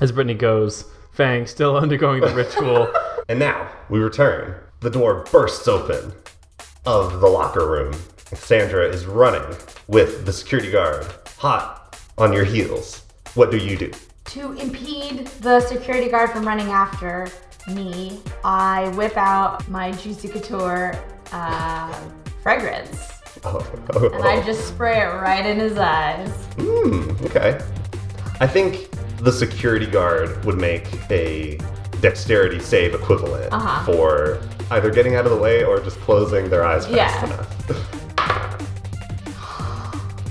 S3: As Brittany goes, Fang still undergoing the ritual.
S1: And now we return. The door bursts open of the locker room. Sandra is running with the security guard, hot on your heels. What do you do?
S5: To impede the security guard from running after me, I whip out my Juicy Couture uh, fragrance
S1: Oh,
S5: and I just spray it right in his eyes.
S1: Hmm, okay. I think the security guard would make a dexterity save equivalent
S5: Uh-huh.
S1: for either getting out of the way or just closing their eyes fast
S5: Yeah.
S1: enough.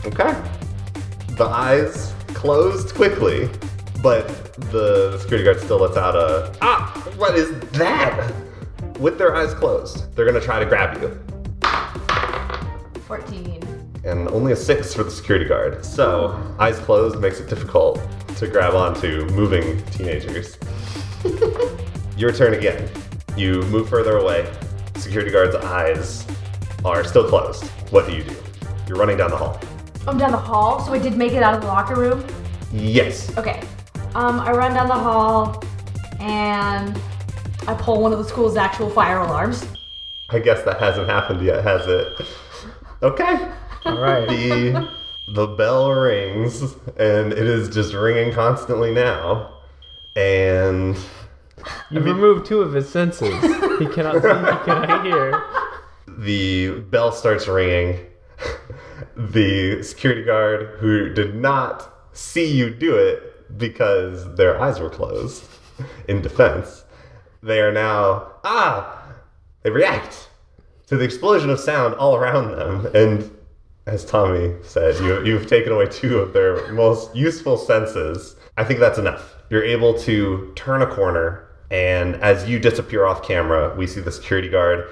S1: okay. The eyes closed quickly, but the security guard still lets out a ah, what is that? With their eyes closed, they're gonna try to grab you
S5: 14.
S1: and only a six for the security guard. So, eyes closed makes it difficult to grab onto moving teenagers. Your turn again. You move further away. Security guard's eyes are still closed. What do you do? You're running down the hall.
S5: I'm down the hall, so I did make it out of the locker room.
S1: Yes.
S5: Okay. Um, I run down the hall and I pull one of the school's actual fire alarms.
S1: I guess that hasn't happened yet, has it? Okay.
S3: All right.
S1: The the bell rings and it is just ringing constantly now. And
S3: You've removed two of his senses. He cannot see, he cannot hear.
S1: the bell starts ringing. the security guard who did not see you do it because their eyes were closed in defense, they are now ah, they react to the explosion of sound all around them and as Tommy said, you, you've taken away two of their most useful senses. I think that's enough. You're able to turn a corner, and as you disappear off camera, we see the security guard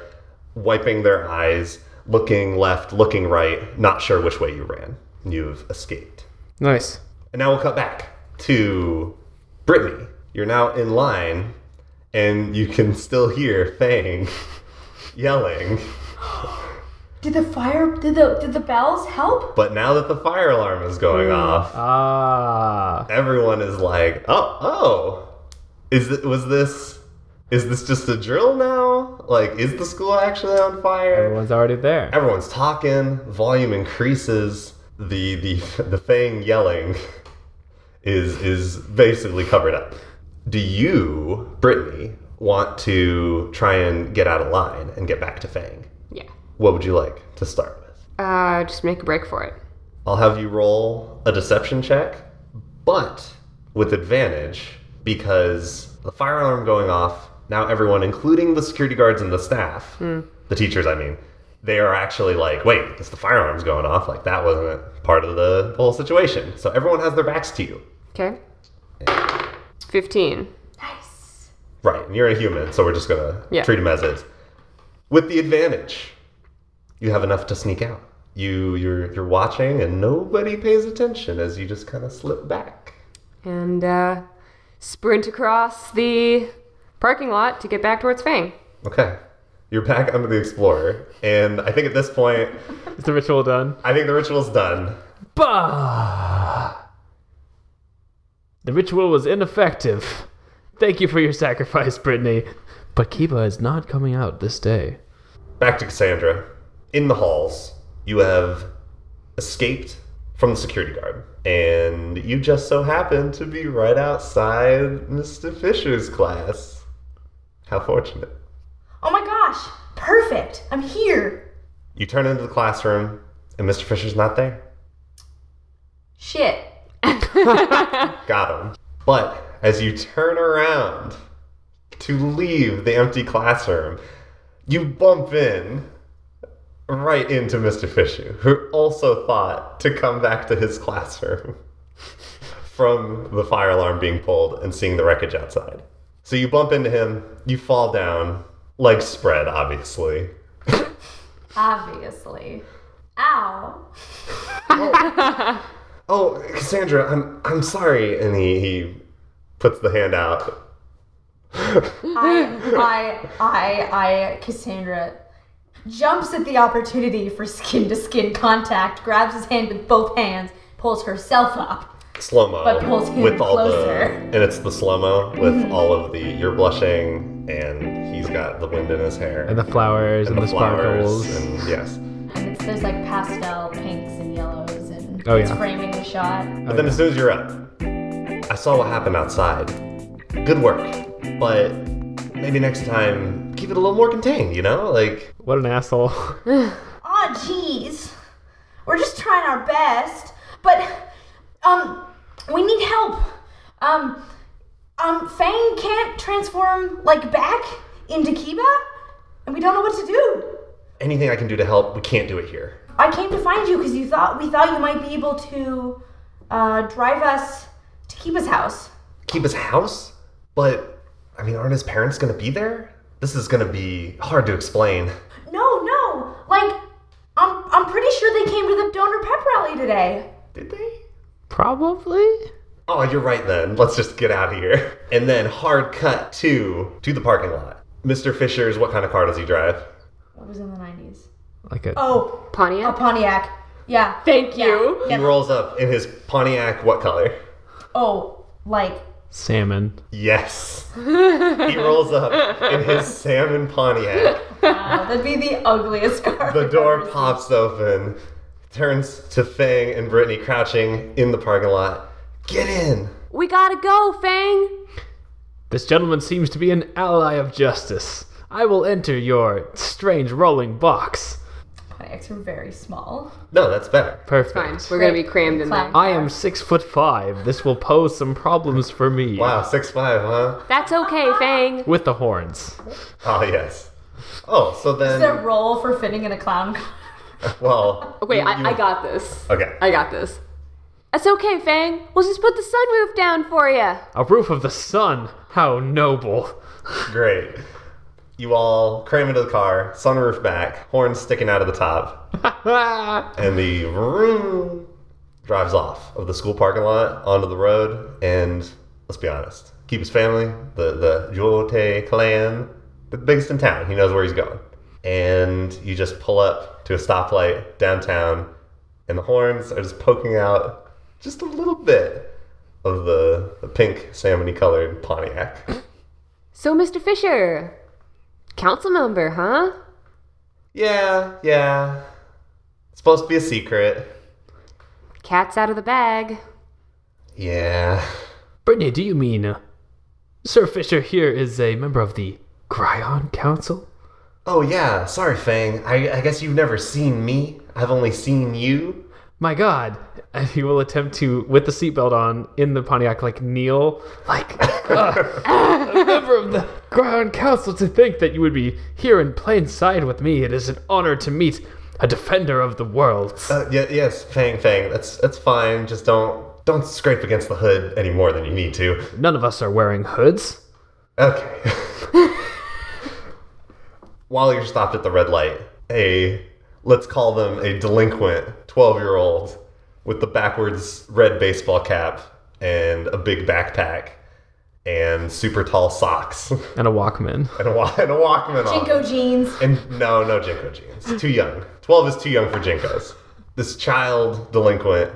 S1: wiping their eyes, looking left, looking right, not sure which way you ran. You've escaped.
S3: Nice.
S1: And now we'll cut back to Brittany. You're now in line, and you can still hear Fang yelling.
S5: Did the fire did the did the bells help? Hmm.
S1: But now that the fire alarm is going off,
S3: Ah.
S1: everyone is like, oh, oh, is it was this? Is this just a drill now? Like, is the school actually on fire?
S3: Everyone's already there.
S1: Everyone's talking. Volume increases. The the the thing yelling is is basically covered up. Do you, Brittany, want to try and get out of line and get back to Fang?
S6: Yeah.
S1: What would you like to start with?
S6: Uh, just make a break for it.
S1: I'll have you roll a deception check, but with advantage because the fire alarm going off, now everyone, including the security guards and the staff, the teachers, I mean, they are actually like, wait, this, the fire alarm's going off. Like, that wasn't part of the whole situation. So everyone has their backs to you.
S6: Okay. 15.
S1: Right, and you're a human, so we're just gonna
S6: Yeah.
S1: treat him as is. With the advantage, you have enough to sneak out. You you're you're watching, and nobody pays attention as you just kind of slip back.
S6: And uh, sprint across the parking lot to get back towards Fang.
S1: Okay, you're back under the explorer, and I think at this point,
S3: Is the ritual done?
S1: I think the ritual's done.
S3: Bah! The ritual was ineffective. Thank you for your sacrifice, Brittany. But Kiba is not coming out this day.
S1: Back to Cassandra. In the halls, you have escaped from the security guard, and you just so happen to be right outside Mr. Fisher's class. How fortunate.
S5: Oh my gosh! Perfect! I'm here!
S1: You turn into the classroom, and Mr. Fisher's not there.
S5: Shit.
S1: Got him. But as you turn around to leave the empty classroom, you bump in right into Mr. Fisher, who also thought to come back to his classroom from the fire alarm being pulled and seeing the wreckage outside. So you bump into him, you fall down, legs spread, obviously.
S5: Obviously. Ow.
S1: Oh, Cassandra, I'm I'm sorry, and he, he puts the hand out.
S5: I I I Cassandra jumps at the opportunity for skin to skin contact, grabs his hand with both hands, pulls herself up.
S1: slow mo
S5: But pulls him
S1: with all the
S5: closer. Mm-hmm.
S1: and it's the slow mo with all of the you're blushing and he's got the wind in his hair
S3: And the flowers and, the,
S1: flowers
S3: sparkles.
S1: and yes.
S5: And it's there's like pastel pinks and yellows and
S3: Oh,
S5: it's
S3: yeah.
S5: framing the shot.
S1: But then as soon as you're up, I saw what happened outside. Good work, but maybe next time keep it a little more contained. You know, like
S3: What an asshole.
S5: Aw, jeez. We're just trying our best. But, um, we need help. Um, um, Fang can't transform, like, back into Kiba, and we don't know what to do.
S1: anything I can do to help, we can't do it here.
S5: I came to find you because you thought we thought you might be able to, uh, drive us to Kiba's house.
S1: Keep his house, but I mean, aren't his parents gonna be there? This is gonna be hard to explain.
S5: No, no. Like, I'm, I'm pretty sure they came to the donor pep rally today.
S1: Did they?
S3: Probably?
S1: Oh, you're right then. Let's just get out of here. And then hard cut to to the parking lot. Mr. Fisher's what kind of car does he drive?
S5: What was in the 90s?
S3: Like a.
S5: Oh, a
S6: Pontiac?
S5: Pontiac. Yeah.
S6: Thank you.
S1: He rolls up in his Pontiac what color?
S5: Oh, like
S3: Salmon.
S1: Yes. he rolls up in his salmon Pontiac.
S5: wow, that'd be the ugliest scarf.
S1: The door pops open, turns to Fang and Brittany crouching in the parking lot. Get in!
S12: We gotta go, Fang!
S3: This gentleman seems to be an ally of justice. I will enter your strange rolling box.
S5: Pontiacs are very small.
S1: No, that's better.
S3: Perfect.
S6: Fine. We're gonna be crammed in there.
S3: I am six foot five. This will pose some problems for me.
S1: Wow, six five, huh?
S12: That's okay, Fang.
S3: With the horns.
S1: Oh yes. Oh, so then,
S5: It's a role for fitting in a clown. car.
S1: well.
S6: Wait,
S1: you-
S6: I, I got this.
S1: Okay.
S6: I got this.
S12: That's okay, Fang. We'll just put the sunroof down for you.
S3: A roof of the sun. How noble.
S1: Great. You all cram into the car, sunroof back, horns sticking out of the top, and the vroom drives off of the school parking lot onto the road. And let's be honest, Kiba's family, the the Jote clan, the biggest in town. He knows where he's going. And you just pull up to a stoplight downtown, and the horns are just poking out just a little bit of the, the pink salmony colored Pontiac.
S12: So, Mr. Fisher, council member, huh?
S1: Yeah, yeah. It's supposed to be a secret.
S12: Cat's out of the bag.
S1: Yeah.
S3: Brittany, do you mean uh, Sir Fisher here is a member of the Gryon Council?
S1: Oh, yeah. Sorry, Fang. I, I guess you've never seen me. I've only seen you.
S3: My God! And he will attempt to, with the seatbelt on, in the Pontiac, like kneel, like "Ah, a member of the Gryon Council. To think that you would be here in plain sight with me, it is an honor to meet a defender of the world.
S1: Uh, yeah, yes, Fang, Fang. That's that's fine. Just don't don't scrape against the hood any more than you need to.
S3: None of us are wearing hoods.
S1: Okay. While you're stopped at the red light, a let's call them a delinquent 12 year old with the backwards red baseball cap and a big backpack and super tall socks and
S3: And a Walkman.
S1: a, wa- and a Walkman on.
S5: Jinko jeans.
S1: And no, no Jinko jeans. Too young. 12 is too young for Jinkos. This child delinquent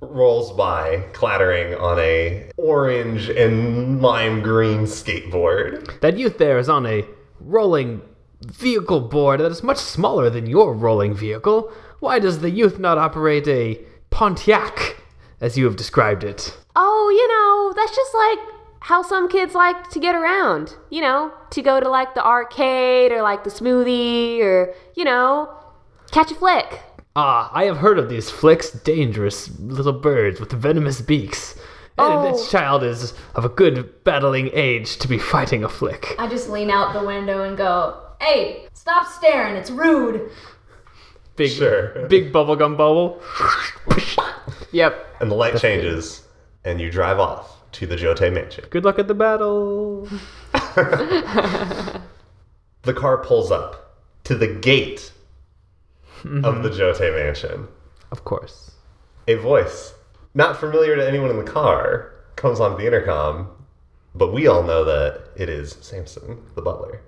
S1: rolls by clattering on a orange and lime green skateboard.
S3: That youth there is on a rolling vehicle board that is much smaller than your rolling vehicle. Why does the youth not operate a Pontiac, as you have described it?
S12: Oh, you know, that's just like how some kids like to get around. You know, to go to like the arcade or like the smoothie or, you know, catch a flick.
S3: Ah, I have heard of these flicks, dangerous little birds with venomous beaks. And this child is of a good battling age to be fighting a flick.
S5: I just lean out the window and go, "Hey, stop staring. It's rude."
S3: Big,
S1: Sure.
S3: big bubblegum bubble.
S6: Yep.
S1: And the light changes, and you drive off to the Jote mansion.
S3: Good luck at the battle.
S1: The car pulls up to the gate
S3: Mm-hmm.
S1: of the Jote mansion.
S3: Of course.
S1: A voice, not familiar to anyone in the car, comes onto the intercom, but we all know that it is Samson, the butler.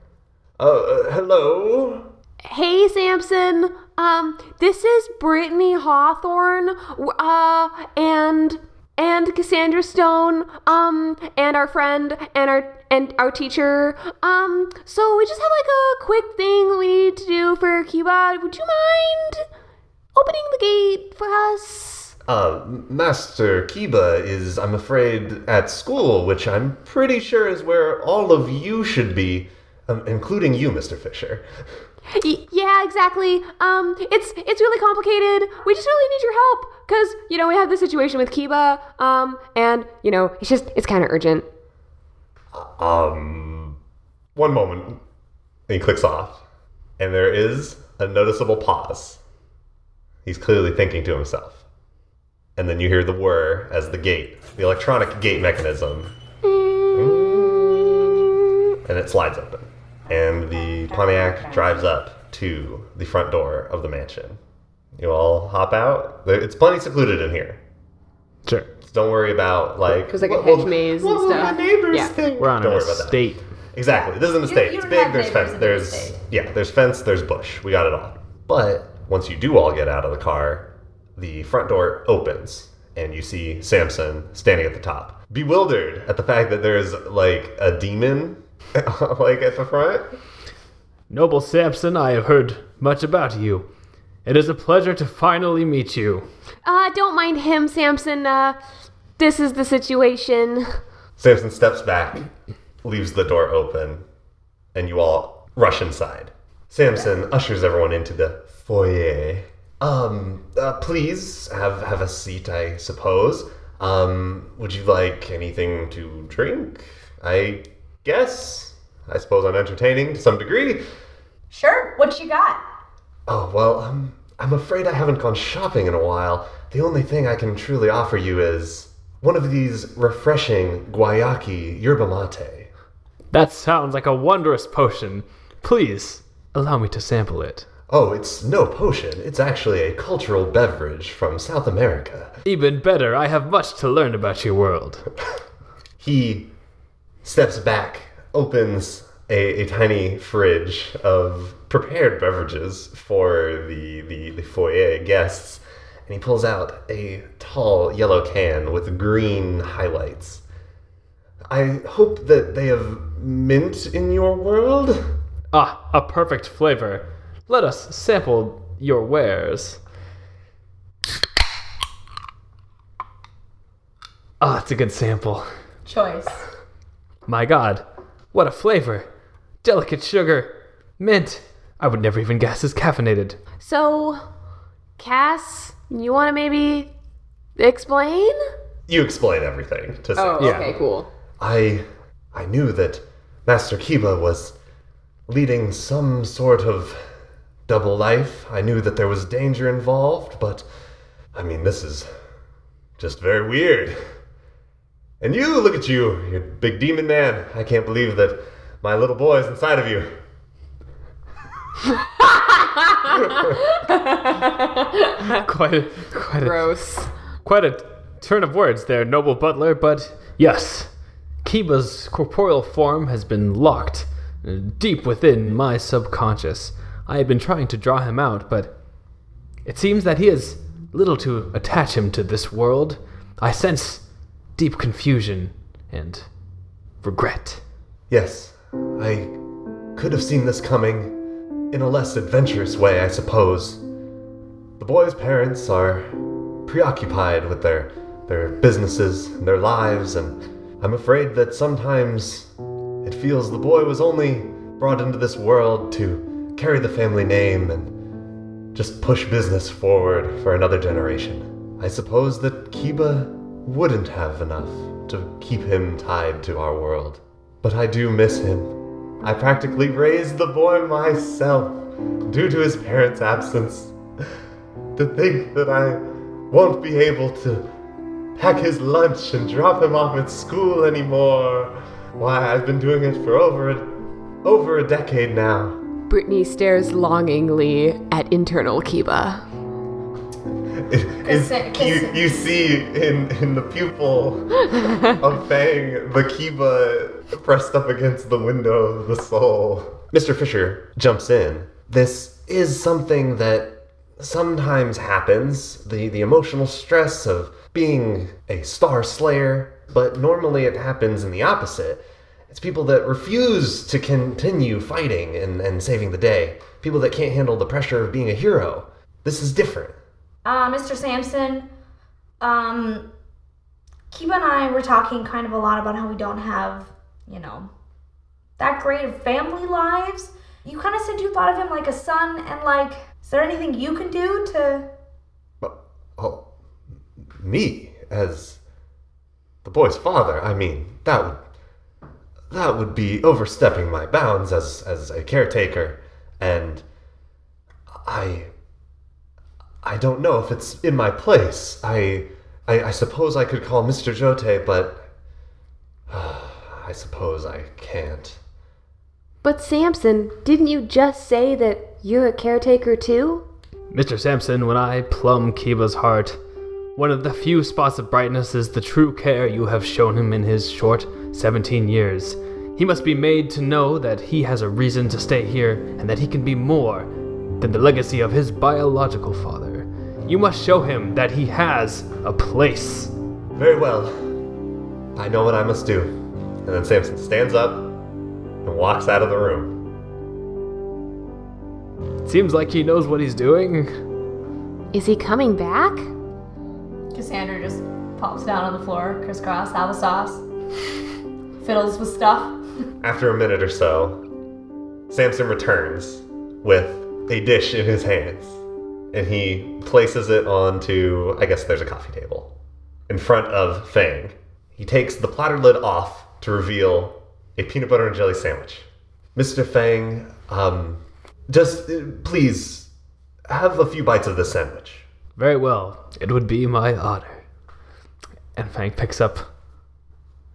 S1: Oh, uh, hello?
S12: Hey, Samson. Um, this is Brittany Hawthorne. w- Uh, and and Cassandra Stone. Um, and our friend and our and our teacher. Um, so we just have like a quick thing we need to do for Kiba. Would you mind opening the gate for us?
S1: Uh, Master Kiba is, I'm afraid, at school, which I'm pretty sure is where all of you should be, um, including you, Mr. Fisher.
S12: Y- yeah, exactly. Um, it's it's really complicated. We just really need your help because you know we have this situation with Kiba. Um, and you know it's just it's kind of urgent.
S1: Um, one moment. And he clicks off, and there is a noticeable pause. He's clearly thinking to himself. And then you hear the whir as the gate, the electronic gate mechanism. And it slides open. And the Pontiac drives up to the front door of the mansion. You all hop out. There- It's plenty secluded in here.
S3: Sure.
S1: So don't worry about, like,
S6: There's like a
S1: what will-
S6: hedge maze and
S1: what will my
S6: stuff.
S1: neighbors
S6: Yeah.
S1: think?
S3: We're on
S1: Don't
S3: an
S1: worry about that.
S3: estate.
S1: Exactly. This is an estate.
S5: you
S1: it's
S5: don't
S1: big.
S5: have
S1: There's
S5: neighbors
S1: fence.
S5: in the
S1: There's
S5: estate.
S1: yeah. There's fence. There's bush. We got it all. But once you do all get out of the car, the front door opens and you see Samson standing at the top. bewildered at the fact that there's like a demon like at the front.
S3: Noble Samson, I have heard much about you. It is a pleasure to finally meet you.
S12: Uh, don't mind him, Samson. Uh, this is the situation.
S1: Samson steps back, leaves the door open, and you all rush inside. Samson ushers everyone into the foyer. Um, uh, please have have a seat, I suppose. Um, would you like anything to drink? I guess. I suppose I'm entertaining to some degree.
S5: Sure. What you got?
S1: Oh well, um, I'm afraid I haven't gone shopping in a while. The only thing I can truly offer you is one of these refreshing guayaki yerba mate.
S3: That sounds like a wondrous potion. Please, allow me to sample it.
S1: Oh, it's no potion. It's actually a cultural beverage from South America.
S3: Even better, I have much to learn about your world.
S1: He steps back, opens a, a tiny fridge of prepared beverages for the, the, the foyer guests, and he pulls out a tall yellow can with green highlights. I hope that they have mint in your world.
S3: Ah, a perfect flavor. Let us sample your wares. Ah, it's a good sample.
S5: Choice.
S3: My god, what a flavor! Delicate sugar, mint. I would never even guess it's caffeinated.
S12: So, Cass, you want to maybe explain?
S1: You explain everything to
S6: Oh,
S1: Sam.
S6: okay, cool.
S1: I I knew that Master Kiba was leading some sort of double life. I knew that there was danger involved, but I mean this is just very weird. And you look at you, you big demon man. I can't believe that my little boy is inside of you.
S3: Quite a, quite a,
S6: Gross.
S3: quite a turn of words there, noble butler, but yes, Kiba's corporeal form has been locked uh, deep within my subconscious. I have been trying to draw him out, but it seems that he has little to attach him to this world. I sense deep confusion and regret.
S1: Yes, I could have seen this coming in a less adventurous way, I suppose. The boy's parents are preoccupied with their their businesses and their lives and I'm afraid that sometimes it feels the boy was only brought into this world to carry the family name and just push business forward for another generation. I suppose that Kiba wouldn't have enough to keep him tied to our world. But I do miss him. I practically raised the boy myself due to his parents' absence. To think that I won't be able to pack his lunch and drop him off at school anymore. Why, I've been doing it for over a, over a decade now.
S6: Brittany stares longingly at internal Kiba.
S1: It- it's-
S5: Consent-
S1: you,
S5: consent.
S1: you see in, in the pupil of Fang the Kiba pressed up against the window of the soul. Mr. Fisher jumps in. This is something that sometimes happens the, the emotional stress of being a star slayer, but normally it happens in the opposite. It's people that refuse to continue fighting and, and saving the day, people that can't handle the pressure of being a hero. This is different.
S5: Uh, Mr. Sampson, um, Kiba and I were talking kind of a lot about how we don't have, you know, that great of family lives. You kind of said you thought of him like a son, and like, is there anything you can do to?
S1: Oh, me as the boy's father. I mean, that would that would be overstepping my bounds as as a caretaker, and I I don't know if it's in my place. I I, I suppose I could call Mister Jote, but I suppose I can't.
S12: But, Samson, didn't you just say that you're a caretaker too?
S3: Mr. Sampson, when I plumb Kiba's heart, one of the few spots of brightness is the true care you have shown him in his short 17 years. He must be made to know that he has a reason to stay here and that he can be more than the legacy of his biological father. You must show him that he has a place.
S1: Very well. I know what I must do. And then Samson stands up and walks out of the room.
S3: Seems like he knows what he's doing.
S12: Is he coming back?
S5: Cassandra just pops down on the floor, crisscross, applesauce, fiddles with stuff.
S1: After a minute or so, Samson returns with a dish in his hands. And he places it onto, I guess there's a coffee table, in front of Fang. He takes the platter lid off to reveal a peanut butter and jelly sandwich. Mr. Fang, um, just uh, please have a few bites of this sandwich.
S3: Very well. It would be my honor. And Fang picks up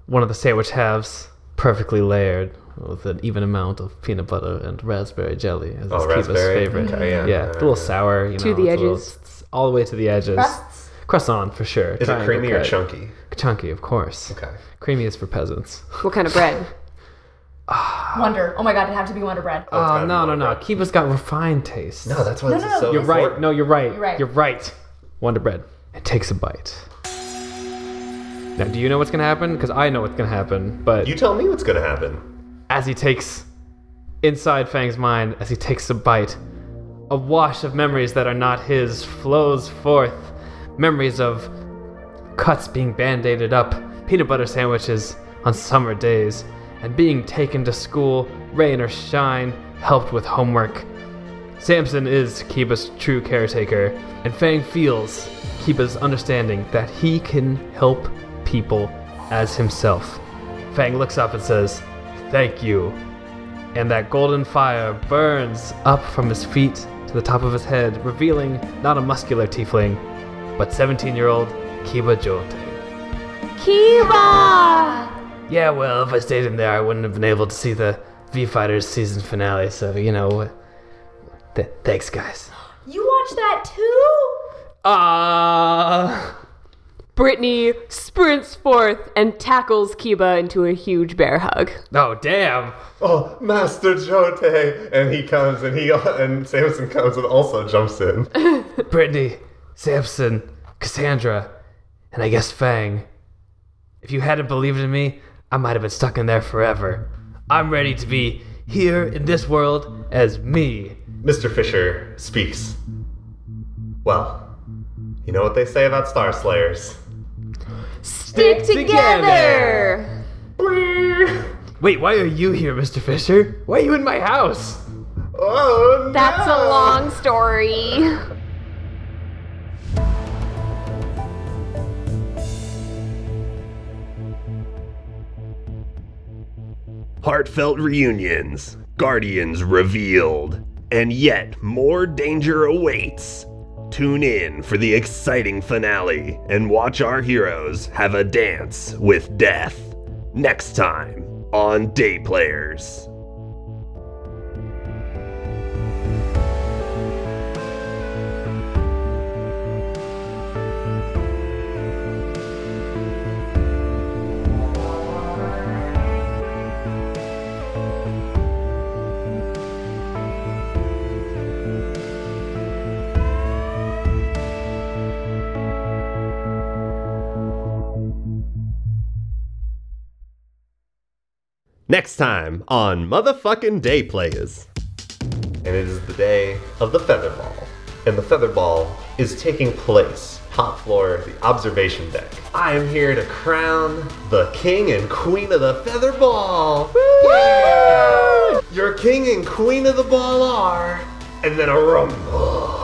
S3: one of the sandwich halves, perfectly layered with an even amount of peanut butter and raspberry jelly as
S1: Oh,
S3: his Kiva's
S1: raspberry?
S3: favorite.
S1: Okay, yeah.
S3: yeah, it's a little sour.
S6: the
S3: You know, it's a little-
S6: edges.
S3: it's all the way to the edges.
S5: Crusts?
S3: Croissant for sure.
S1: Is it
S3: Triangle
S1: creamy or
S3: cut.
S1: chunky?
S3: Chunky, of course.
S1: Okay. Oh,
S3: Creamy is for peasants.
S6: What kind of bread?
S5: Wonder. Oh my god, it'd have to be Wonder Bread.
S1: it's
S3: Oh,
S1: gotta
S3: no,
S1: be
S3: no,
S1: Wonder
S3: no.
S1: Bread.
S3: Kiba's got refined taste.
S1: No, that's why this
S5: no,
S1: is so
S5: no,
S3: You're right. No, you're right. You're
S5: right.
S3: You're right. Wonder Bread. It takes a bite. Now, do you know what's gonna happen? Because I know what's gonna happen. But
S1: You tell me what's gonna happen.
S3: as he takes inside Fang's mind, as he takes a bite, a wash of memories that are not his flows forth. Memories of cuts being band-aided up, peanut butter sandwiches on summer days, and being taken to school, rain or shine, helped with homework. Samson is Kiba's true caretaker, and Fang feels Kiba's understanding that he can help people as himself. Fang looks up and says, Thank you. And that golden fire burns up from his feet to the top of his head, revealing not a muscular tiefling, but 17 year old Kiba Jote.
S12: Kiba!
S3: Yeah, well, if I stayed in there, I wouldn't have been able to see the V Fighters season finale, so, you know. Th- thanks, guys.
S5: You watched that too?
S3: Ah!
S6: Brittany sprints forth and tackles Kiba into a huge bear hug.
S3: oh, damn!
S1: Oh, Master Jote! And he comes, and he and Samson comes, and also jumps in.
S3: Brittany, Samson, Cassandra, and I guess Fang. If you hadn't believed in me, I might have been stuck in there forever. I'm ready to be here in this world as me.
S1: Mr. Fisher speaks. Well, you know what they say about Star Slayers.
S6: Stick together!
S3: Wait, why are you here, Mr. Fisher? Why are you in my house?
S1: Oh,
S12: That's a long story.
S1: Heartfelt reunions, guardians revealed, and yet more danger awaits. Tune in for the exciting finale and watch our heroes have a dance with death. Next time on Day Players. Next time on Motherfucking Day Players. And it is the day of the Feather Ball. And the Feather Ball is taking place top floor of the observation deck. I am here to crown the king and queen of the Feather Ball. Yeah! Your king and queen of the ball are. And then a rumble.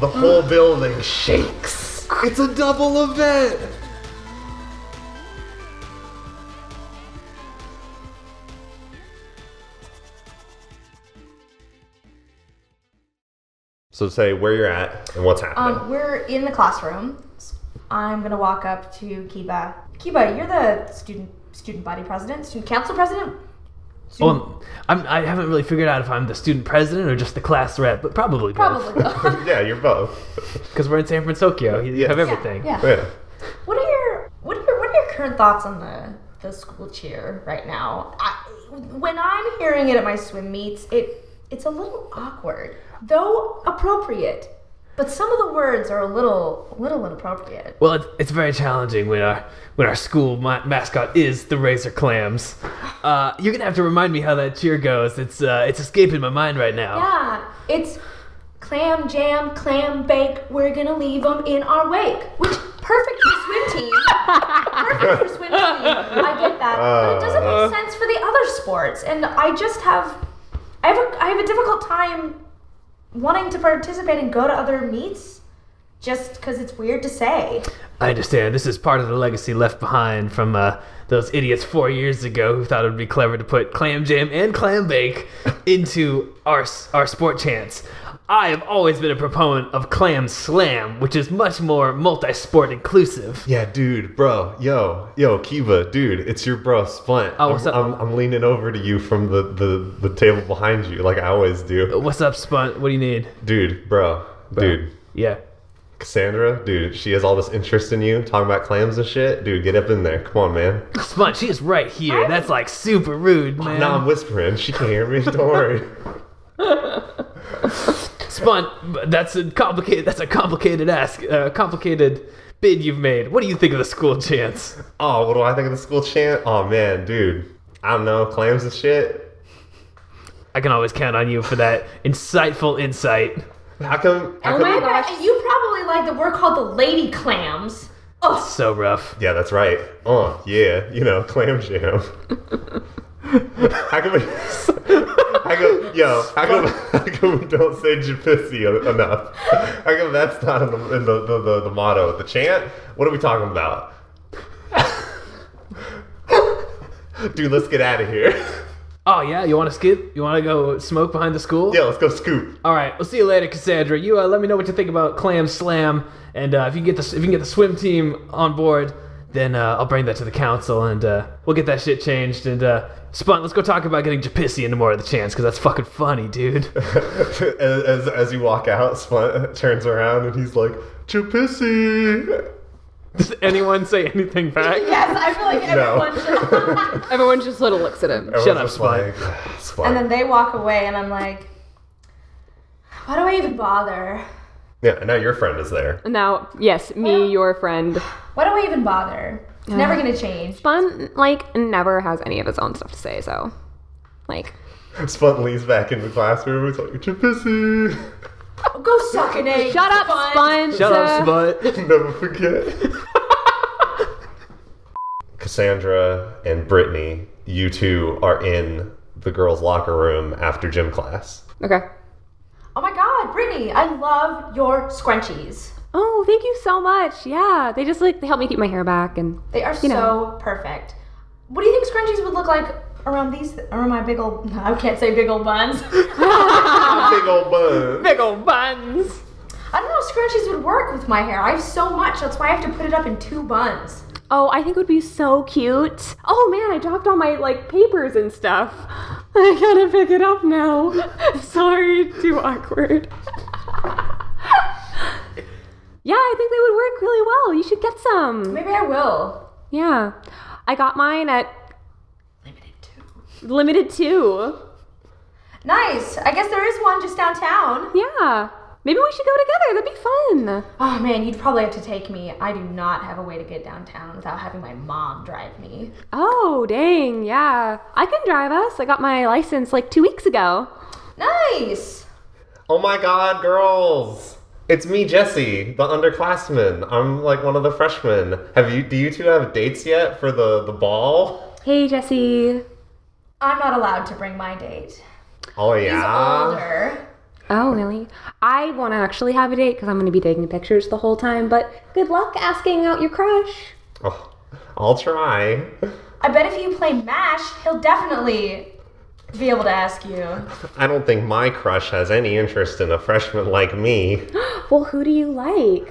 S1: The whole building shakes. It's a double event. So say where you're at and what's happening.
S5: Um, we're in the classroom. I'm gonna walk up to Kiba. Kiba, you're the student student body president, student council president.
S3: Well, I'm, I haven't really figured out if I'm the student president or just the class rep, but probably
S5: Probably.
S1: yeah, you're both.
S3: Because we're in San Francisco. You
S1: Yeah.
S3: have
S1: Yeah,
S3: everything.
S5: yeah.
S1: Yeah.
S5: What are your what are your what are your current thoughts on the the school cheer right now? I, when I'm hearing it at my swim meets, it it's a little awkward, though appropriate. But some of the words are a little, little inappropriate.
S3: Well, it, it's very challenging when our when our school ma- mascot is the Razor Clams. Uh, you're gonna have to remind me how that cheer goes. It's uh, it's escaping my mind right now.
S5: Yeah, it's clam jam, clam bake. We're gonna leave them in our wake, which perfect for swim team. perfect for swim team. I get that, but it doesn't
S1: Uh.
S5: make sense for the other sports. And I just have, I have, a, I have a difficult time wanting to participate and go to other meets, just because it's weird to say.
S3: I understand. This is part of the legacy left behind from uh, those idiots four years ago who thought it would be clever to put clam jam and clam bake into our s- our sport chants. I have always been a proponent of clam slam, which is much more multi-sport inclusive.
S1: Yeah, dude, bro, yo, yo, Kiva, dude, it's your bro Splint.
S3: Oh, what's
S1: I'm,
S3: up?
S1: I'm, I'm leaning over to you from the, the, the table behind you, like I always do.
S3: What's up, Spunt? What do you need?
S1: Dude, Oh. bro, dude,
S3: Yeah.
S1: Cassandra, dude, she has all this interest in you, talking about clams and shit. Dude, get up in there, come on, man.
S3: Sponge, she is right here. That's like super rude, man.
S1: Now I'm whispering, she can't hear me. Don't worry.
S3: Spun, that's a complicated. That's a complicated ask. Uh, complicated bid you've made. What do you think of the school chants?
S1: Oh, what do I think of the school chant? Oh man, dude, I don't know, clams and shit.
S3: I can always count on you for that insightful insight.
S1: How come? How come
S5: You probably like that we're called the lady clams.
S3: So rough.
S1: Yeah, that's right. Uh, yeah, you know, clam jam. how come? we- How come? Yo, how come? How come we don't say jacuzzi enough? How come that's not in the in the, the, the, the motto, the chant? What are we talking about? Dude, let's get out of here.
S3: Oh yeah, you want to skip? You want to go smoke behind the school?
S1: Yeah, let's go scoop.
S3: All right, we'll see you later, Cassandra. You uh, let me know what you think about Clam Slam, and uh, if you get the if you can get the swim team on board, then uh, I'll bring that to the council, and uh, we'll get that shit changed. And uh, Spun, let's go talk about getting Japissi into more of the chance, because that's fucking funny, dude.
S1: as, as, as you walk out, Splunt turns around and he's like, Chapissi!
S3: Does anyone say anything back?
S7: Yes, I feel like everyone should.
S1: No.
S6: Everyone just sort of looks at him.
S1: Everyone's
S3: Shut up,
S1: just
S3: Splunt.
S1: like, Splunt.
S5: And then they walk away, and I'm like, why do I even bother?
S1: yeah, and now your friend is there.
S6: Now, yes, me, your friend.
S5: Why do I even bother? It's never gonna change.
S6: Fun, like, never has any of his own stuff to say, so. Like,
S1: Splunt leans back in the classroom. He's like, Chapissi!
S5: Go suck an egg.
S6: shut up, Sponge!
S3: Shut up, Spud.
S1: Never forget. Cassandra and Brittany, you two are in the girls' locker room after gym class.
S6: Okay.
S5: Oh my god, Brittany, I love your scrunchies.
S6: Oh, thank you so much. Yeah, they just like they help me keep my hair back and
S5: They are so perfect. What do you think scrunchies would look like around these? around my big old. I can't say big old buns.
S1: Big old bun.
S6: big old buns.
S5: I don't know if scrunchies would work with my hair. I have so much, that's why I have to put it up in two buns.
S6: Oh, I think it would be so cute. Oh man, I dropped all my like papers and stuff. I gotta pick it up now. Sorry, too awkward. yeah, I think they would work really well. You should get some.
S5: Maybe I will.
S6: Yeah, I got mine at limited two.
S5: Nice. I guess there is one just downtown.
S6: Yeah, maybe we should go together. That'd be fun.
S5: Oh man, you'd probably have to take me. I do not have a way to get downtown without having my mom drive me.
S6: Oh, dang, yeah. I can drive us. I got my license like two weeks ago.
S5: Nice.
S1: Oh my god, girls! It's me, Jesse, the underclassman. I'm like one of the freshmen. Have you? Do you two have dates yet for the the ball?
S6: Hey, Jesse.
S5: I'm not allowed to bring my date.
S1: Oh yeah.
S5: Older.
S6: Oh, really? I want to actually have a date because I'm going to be taking pictures the whole time, but good luck asking out your crush.
S1: Oh, I'll try.
S5: I bet if you play MASH, he'll definitely be able to ask you.
S1: I don't think my crush has any interest in a freshman like me.
S6: Well, who do you like?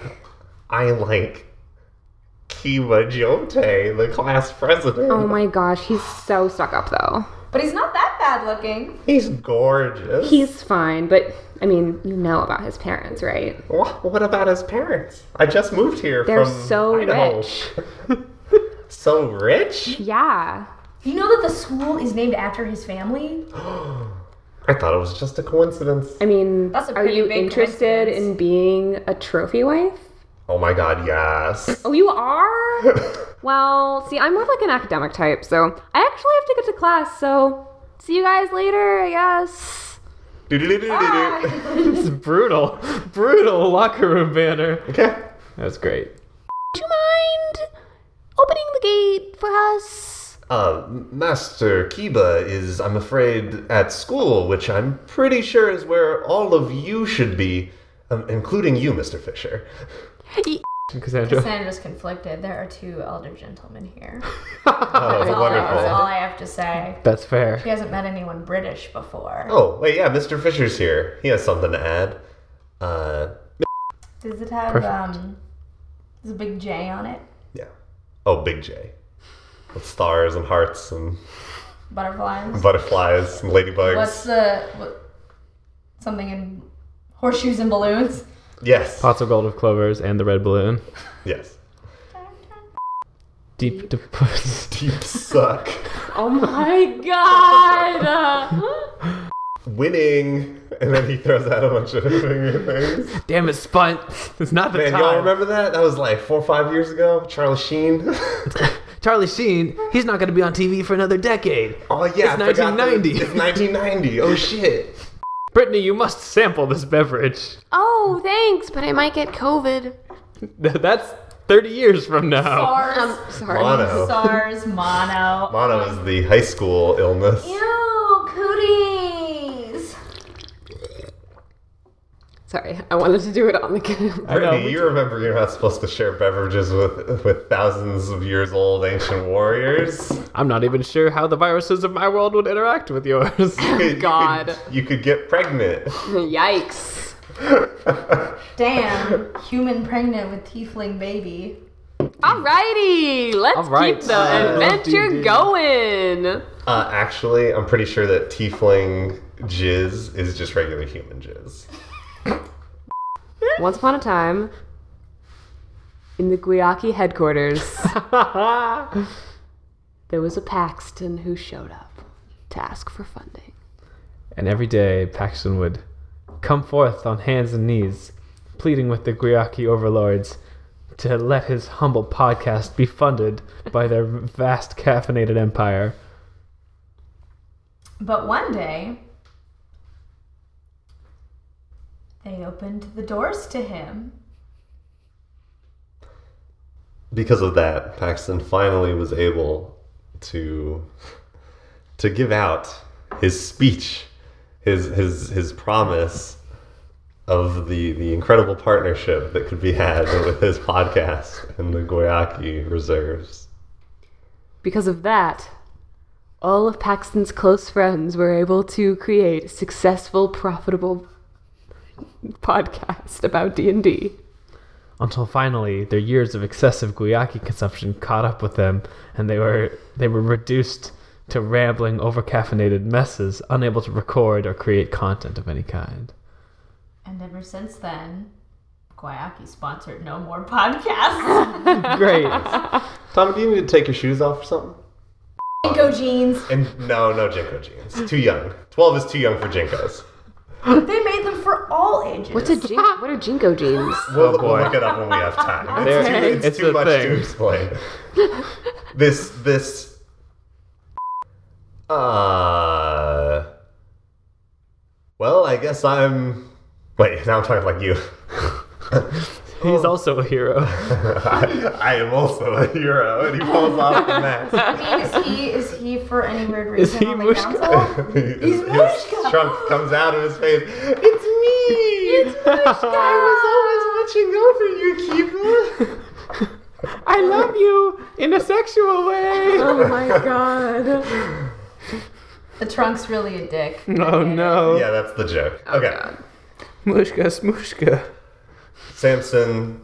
S1: I like Kiva Jote, the class
S6: Oh
S1: president.
S6: my gosh, he's so stuck up though.
S5: But he's not that bad looking.
S1: He's gorgeous.
S6: He's fine, but I mean, you know about his parents, right?
S1: Wha- What about his parents? I just moved here
S6: They're
S1: from
S6: so
S1: Idaho.
S6: rich.
S1: so rich?
S6: Yeah.
S5: You know that the school is named after his family?
S1: I thought it was just a coincidence.
S6: I mean,
S7: That's a
S6: are
S7: pretty
S6: you
S7: big
S6: interested
S7: coincidence.
S6: in being a trophy wife?
S1: Oh my god, yes.
S6: Oh, you are? well, see, I'm more of like an academic type, so I actually have to get to class, so see you guys later, I guess.
S1: Do-do-do-do-do-do.
S3: It's brutal, brutal locker room banner.
S1: Okay.
S3: That's great.
S6: Would you mind opening the gate for us?
S1: Uh, Master Kiba is, I'm afraid, at school, which I'm pretty sure is where all of you should be, um, including you, Mr. Fisher.
S3: Cassandra.
S5: Sandra's conflicted. There are two elder gentlemen here.
S1: Oh,
S5: That's all
S1: wonderful.
S5: I have to say.
S3: That's fair.
S5: She hasn't met anyone British before.
S1: Oh, wait, yeah, Mr. Fisher's here. He has something to add. Uh,
S5: Does it have
S3: Perfect.
S5: um? There's a big J on it.
S1: yeah. Oh, Big J. With stars and hearts and
S5: Butterflies.
S1: butterflies and ladybugs.
S5: What's the what, something in horseshoes and balloons?
S1: Yes.
S3: Pots of gold of clovers and the red balloon.
S1: Yes.
S3: Deep to puss.
S1: Deep suck.
S6: Oh my god!
S1: Winning. And then he throws out a bunch of finger things.
S3: Damn it, Spunt. It's not the
S1: Man, y'all
S3: time.
S1: remember that? That was like four or five years ago. Charlie Sheen. Oh,
S3: Charlie Sheen, he's not going to be on TV for another decade.
S1: oh yeah,
S3: It's
S1: I forgot that-
S3: 1990.
S1: It's 1990. Oh shit.
S3: Brittany, you must sample this beverage.
S12: Oh, thanks, but I might get COVID.
S3: That's 30 years from now.
S5: SARS,
S3: oh.
S1: Mono.
S5: SARS, mono.
S1: Mono is the high school illness.
S7: Ew, cooties.
S6: Sorry, I wanted to do it on the camera.
S3: I know,
S1: Brittany,
S3: we
S1: you remember you're not supposed to share beverages with with thousands of years old ancient warriors.
S3: I'm not even sure how the viruses of my world would interact with yours.
S1: You could- you could-
S6: God.
S1: You could get pregnant.
S6: Yikes.
S5: Damn, human pregnant with tiefling baby.
S6: Alrighty, let's
S3: Alright.
S6: keep the
S3: Uh,
S6: adventure
S3: DD.
S6: going.
S1: Uh, actually, I'm pretty sure that tiefling jizz is just regular human jizz.
S6: Once upon a time, in the Guiaki headquarters, there was a Paxton who showed up to ask for funding.
S3: And every day, Paxton would come forth on hands and knees, pleading with the Griaki overlords to let his humble podcast be funded by their vast caffeinated empire.
S5: But one day, they opened the doors to him.
S1: because of that, Paxton finally was able to to give out his speech, his his his promise of the the incredible partnership that could be had with his podcast and the Goyaki reserves.
S6: Because of that, all of Paxton's close friends were able to create a successful, profitable podcast about D&D.
S3: Until finally, their years of excessive Guiaki consumption caught up with them, and they were they were reduced to rambling, overcaffeinated messes, unable to record or create content of any kind.
S5: And ever since then, Guayaki sponsored no more podcasts.
S3: Great.
S1: Tom, do you need to take your shoes off or something?
S5: Go jeans.
S1: And no, no Jinko jeans. Too young. Twelve is too young for Jinkos.
S5: They made them for all ages.
S6: What's a jin- what are Jinko jeans?
S1: We'll,
S3: Oh, boy.
S1: we'll look it up when we have time. It's
S3: There-
S1: too, it's
S3: it's
S1: too
S3: a
S1: much
S3: thing.
S1: to explain. this this uh well, I guess I'm wait, now I'm talking like you.
S3: He's also a hero.
S1: I, I am also a hero and he falls off the mask.
S5: I mean, is he is he for any weird
S3: Is he
S5: reason on the
S3: Mushka?
S5: council?
S1: his, his trunk comes out of his face. It's me! It's I was always watching over you, Kiba!
S3: I love you in a sexual way.
S6: Oh my god.
S5: The trunk's really a dick.
S3: Oh no.
S1: Yeah,
S3: Oh,
S1: that's the joke. Okay.
S3: Mushka, smushka.
S1: Samson